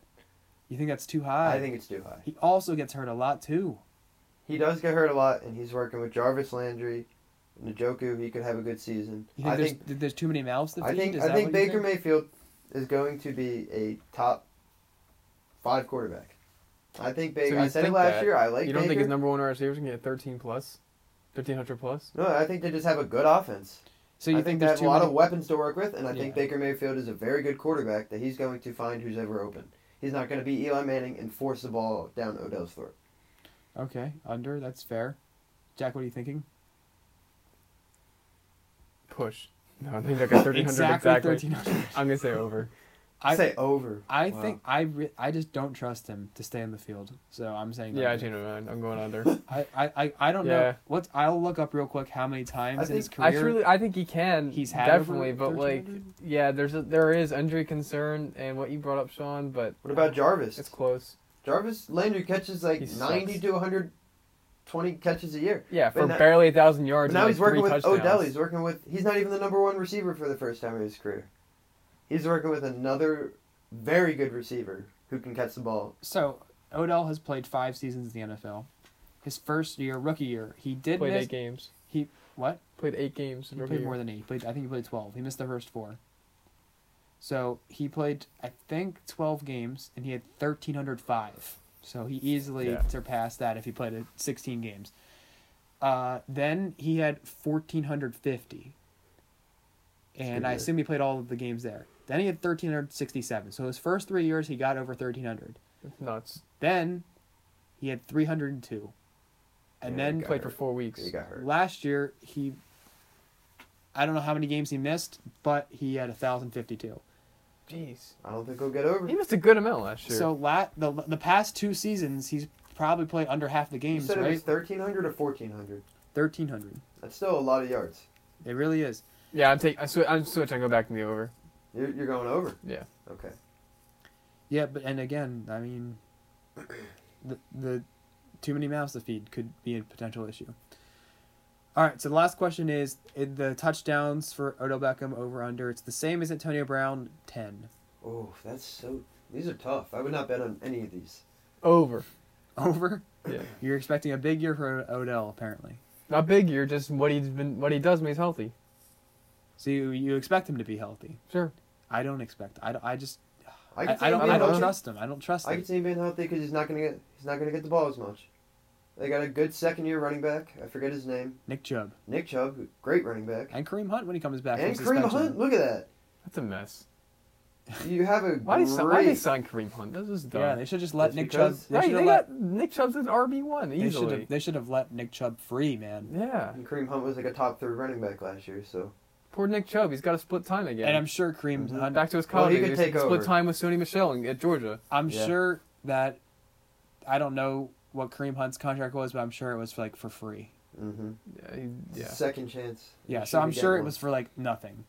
S1: You think that's too high?
S2: I think it's too high.
S1: He also gets hurt a lot too.
S2: He does get hurt a lot, and he's working with Jarvis Landry, Njoku. He could have a good season.
S1: You think
S2: I
S1: there's,
S2: think
S1: there's too many mouths to feed?
S2: I think
S1: Is
S2: I
S1: that
S2: think
S1: what you
S2: Baker Mayfield is going to be a top five quarterback. I think Baker.
S3: you
S2: I said it
S3: think
S2: last
S3: that.
S2: year. I like
S3: you don't think
S2: Baker.
S3: his number one wide receivers can get 13 plus, 1500 plus?
S2: No, I think they just have a good offense.
S1: So you
S2: I
S1: think
S2: they
S1: there's
S2: have a
S1: too
S2: lot
S1: many?
S2: of weapons to work with, and I think
S1: Yeah.
S2: Baker Mayfield is a very good quarterback that he's going to find who's ever open. He's not going to be Eli Manning and force the ball down Odell's throat.
S1: okay, under that's fair. Jack, what are you thinking?
S3: Push. No, I think I got 1300 exactly.
S1: thirteen hundred.
S3: I'm gonna say over.
S2: I
S1: I
S2: say over.
S1: I
S2: Wow.
S1: think I re- I just don't trust him to stay in the field. So I'm saying
S3: Yeah, I
S1: under.
S3: changed my mind. I'm going under.
S1: I, I, I, I don't know
S3: Yeah.
S1: what I'll look up real quick how many times
S2: I
S1: in his
S2: think-
S1: career
S3: I truly, I think he can.
S1: he's had
S3: definitely,
S1: over
S3: but like,
S1: 1300?
S3: yeah, there's a, there is injury concern and what you brought up, Sean. But
S2: What about Jarvis?
S3: it's close.
S2: Jarvis Landry catches like
S3: He sucks.
S2: 90 to 120 catches a year.
S3: Yeah,
S2: But
S3: for
S2: now-
S3: barely a thousand
S2: But
S3: yards.
S2: now
S3: and,
S2: he's
S3: like,
S2: working with
S3: three touchdowns.
S2: Odell. He's working with. He's not even the number one receiver for the first time in his career. He's working with another very good receiver who can catch the ball.
S1: So Odell has played five seasons in the NFL. His first year, rookie year, he did
S3: played
S1: miss
S3: eight games.
S1: he what?
S3: Played eight games.
S1: He
S3: rookie
S1: played
S3: year.
S1: more than eight. He played I think he played twelve. He missed the first four. So he played I think twelve games and he had thirteen hundred five. So he easily
S3: Yeah.
S1: surpassed that if he played uh, sixteen games. Uh, then he had fourteen hundred fifty. And I
S2: Good.
S1: assume he played all of the games there. Then he had thirteen hundred sixty seven. So his first three years he got over thirteen hundred.
S3: It's nuts.
S1: Then he had 302. And
S2: Yeah,
S1: then
S2: he got
S3: Played for
S2: hurt.
S3: four weeks.
S2: He got hurt.
S1: last year he I don't know how many games he missed, but he had 1052.
S3: Jeez.
S2: I don't think he'll get over.
S3: He missed a good amount last year.
S1: So la- the the past two seasons he's probably played under half the
S2: You
S1: games,
S2: said it
S1: right?
S2: was 1300 or 1400.
S1: 1300.
S2: That's still a lot of yards.
S1: It really is.
S3: yeah, I'm taking. I sw- I'm switching. I go back to the over.
S2: You're, you're going over.
S3: Yeah.
S2: Okay.
S1: Yeah, but and again, I mean the the too many mouths to feed could be a potential issue. All right, so the last question is in the touchdowns for Odell Beckham over under. It's the same as Antonio Brown, 10.
S2: Oh, that's so. These are tough. I would not bet on any of these.
S3: Over.
S1: over.
S3: Yeah.
S1: You're expecting a big year for Odell, apparently.
S3: Not big. You're just what he's been. What he does when he's healthy.
S1: So you, you expect him to be healthy.
S3: Sure.
S1: I don't expect. I, don't- I just I,
S2: could see
S1: I
S2: him
S1: don't
S2: being
S1: I don't
S2: healthy.
S1: trust him. I don't trust
S2: I
S1: him.
S2: can see him being healthy because he's not gonna get he's not gonna get the ball as much. They got a good second year running back. I forget his name.
S1: Nick Chubb
S2: Nick Chubb, great running back.
S1: and Kareem Hunt when he comes back.
S2: And
S1: from
S2: Kareem
S1: suspension.
S2: Hunt, look at that.
S3: That's a mess.
S2: You have a
S3: Why
S2: great.
S3: did they, why did they sign Kareem Hunt? This is dumb.
S1: Yeah, they should just let
S2: That's
S1: Nick Chubb.
S2: because-
S1: They
S3: right,
S1: should
S3: they
S1: have let.
S3: got Nick Chubb's an RB one
S1: They should have.
S3: easily.
S1: They should have let Nick Chubb free, man.
S3: yeah.
S2: And Kareem Hunt was like a top three running back last year, so
S3: Poor Nick Chubb. He's got to split time again.
S1: And I'm sure Kareem's
S2: Mhm.
S1: un-
S3: Mm-hmm. back to his
S2: Well,
S3: college.
S2: he
S3: he
S2: could take
S3: split
S2: over.
S3: time with Sony Michelle in- at Georgia.
S1: I'm
S2: Yeah.
S1: sure that I don't know what Kareem Hunt's contract was, but I'm sure it was like for free.
S2: Mm-hmm.
S3: Yeah, he, yeah.
S2: Second chance.
S1: Yeah,
S2: Should
S1: so I'm
S2: we get
S1: sure it
S2: one?
S1: was for like nothing.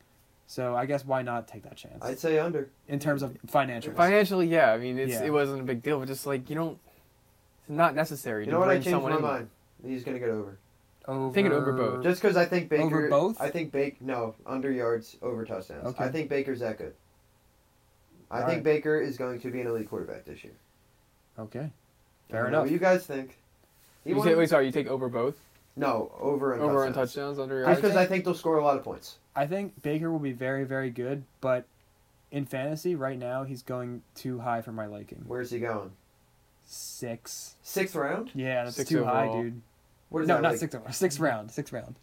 S1: So I guess why not take that chance
S2: I'd say under.
S1: in terms of financial?
S3: Financially, yeah. I mean, it's,
S1: Yeah.
S3: it wasn't a big deal, but just like you don't. It's not necessary.
S2: You
S3: to
S2: know what? I
S3: bring
S2: changed
S3: someone
S2: my
S3: in.
S2: mind. He's gonna get over.
S1: over...
S3: Take it over both.
S2: Just because I think Baker.
S1: Over both?
S2: I think Baker. No, under yards, over touchdowns.
S1: Okay.
S2: I think Baker's that good. I
S1: All
S2: think
S1: right.
S2: Baker is going to be an elite quarterback this year.
S1: Okay,
S2: I
S1: fair
S2: don't know
S1: enough.
S2: What you guys think? He
S3: You
S2: won-
S3: say, wait, sorry. You take over both.
S2: no, over and
S3: Over on
S2: touchdowns.
S3: touchdowns under
S2: Just
S3: yards.
S2: because I think they'll score a lot of points.
S1: I think Baker will be very very good, but in fantasy right now he's going too high for my liking.
S2: Where's he going?
S1: Six.
S2: Sixth round?
S1: Yeah, that's
S3: Six
S1: too high,
S3: overall.
S1: dude.
S2: What is
S1: no,
S2: that
S1: not
S2: like?
S1: six overall. Six round. Six round.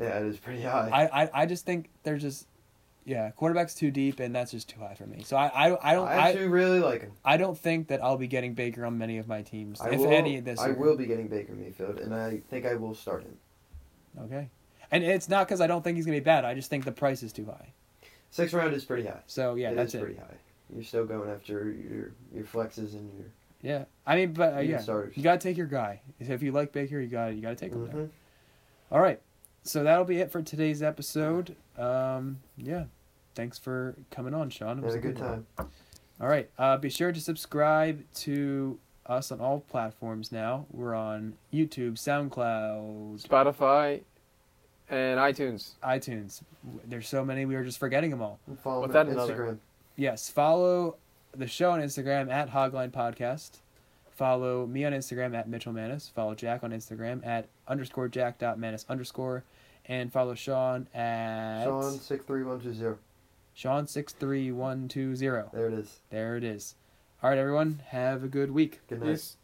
S2: Yeah, it is pretty high.
S1: I, I, I just think they're just yeah quarterback's too deep and that's just too high for me so i i, I don't
S2: I
S1: I,
S2: actually really like him.
S1: I don't think that i'll be getting baker on many of my teams
S2: I
S1: if
S2: will,
S1: any this
S2: I
S1: year.
S2: will be getting Baker Mayfield, and I think I will start him.
S1: okay and it's not because i don't think he's gonna be bad i just think the price is too high
S2: Sixth round is pretty high.
S1: so yeah
S2: It
S1: that's
S2: is
S1: it
S2: pretty high. You're still going after your your flexes and your
S1: yeah i mean but uh,
S2: You
S1: yeah
S2: starters.
S1: you gotta take your guy if you like baker you gotta you gotta take him there
S2: Mhm.
S1: all right so that'll be it for today's episode um yeah thanks for coming on sean it
S2: Had
S1: was
S2: a good
S1: one.
S2: time.
S1: All right. Uh, be sure to subscribe to us on all platforms now. We're on YouTube, SoundCloud,
S3: Spotify, and iTunes.
S1: iTunes. There's so many, we were just forgetting them all.
S2: And Follow
S3: What's
S2: me on
S3: that another?
S2: Instagram.
S1: Yes, follow the show on Instagram at Hogline Podcast. Follow me on Instagram at Mitchell Manis. Follow Jack on Instagram at underscore jack dot manis underscore. And follow Sean at
S2: Sean six three one two zero.
S1: Sean63120.
S2: There it is.
S1: There it is. All right, everyone. Have a good week.
S2: Good night.
S3: Yes.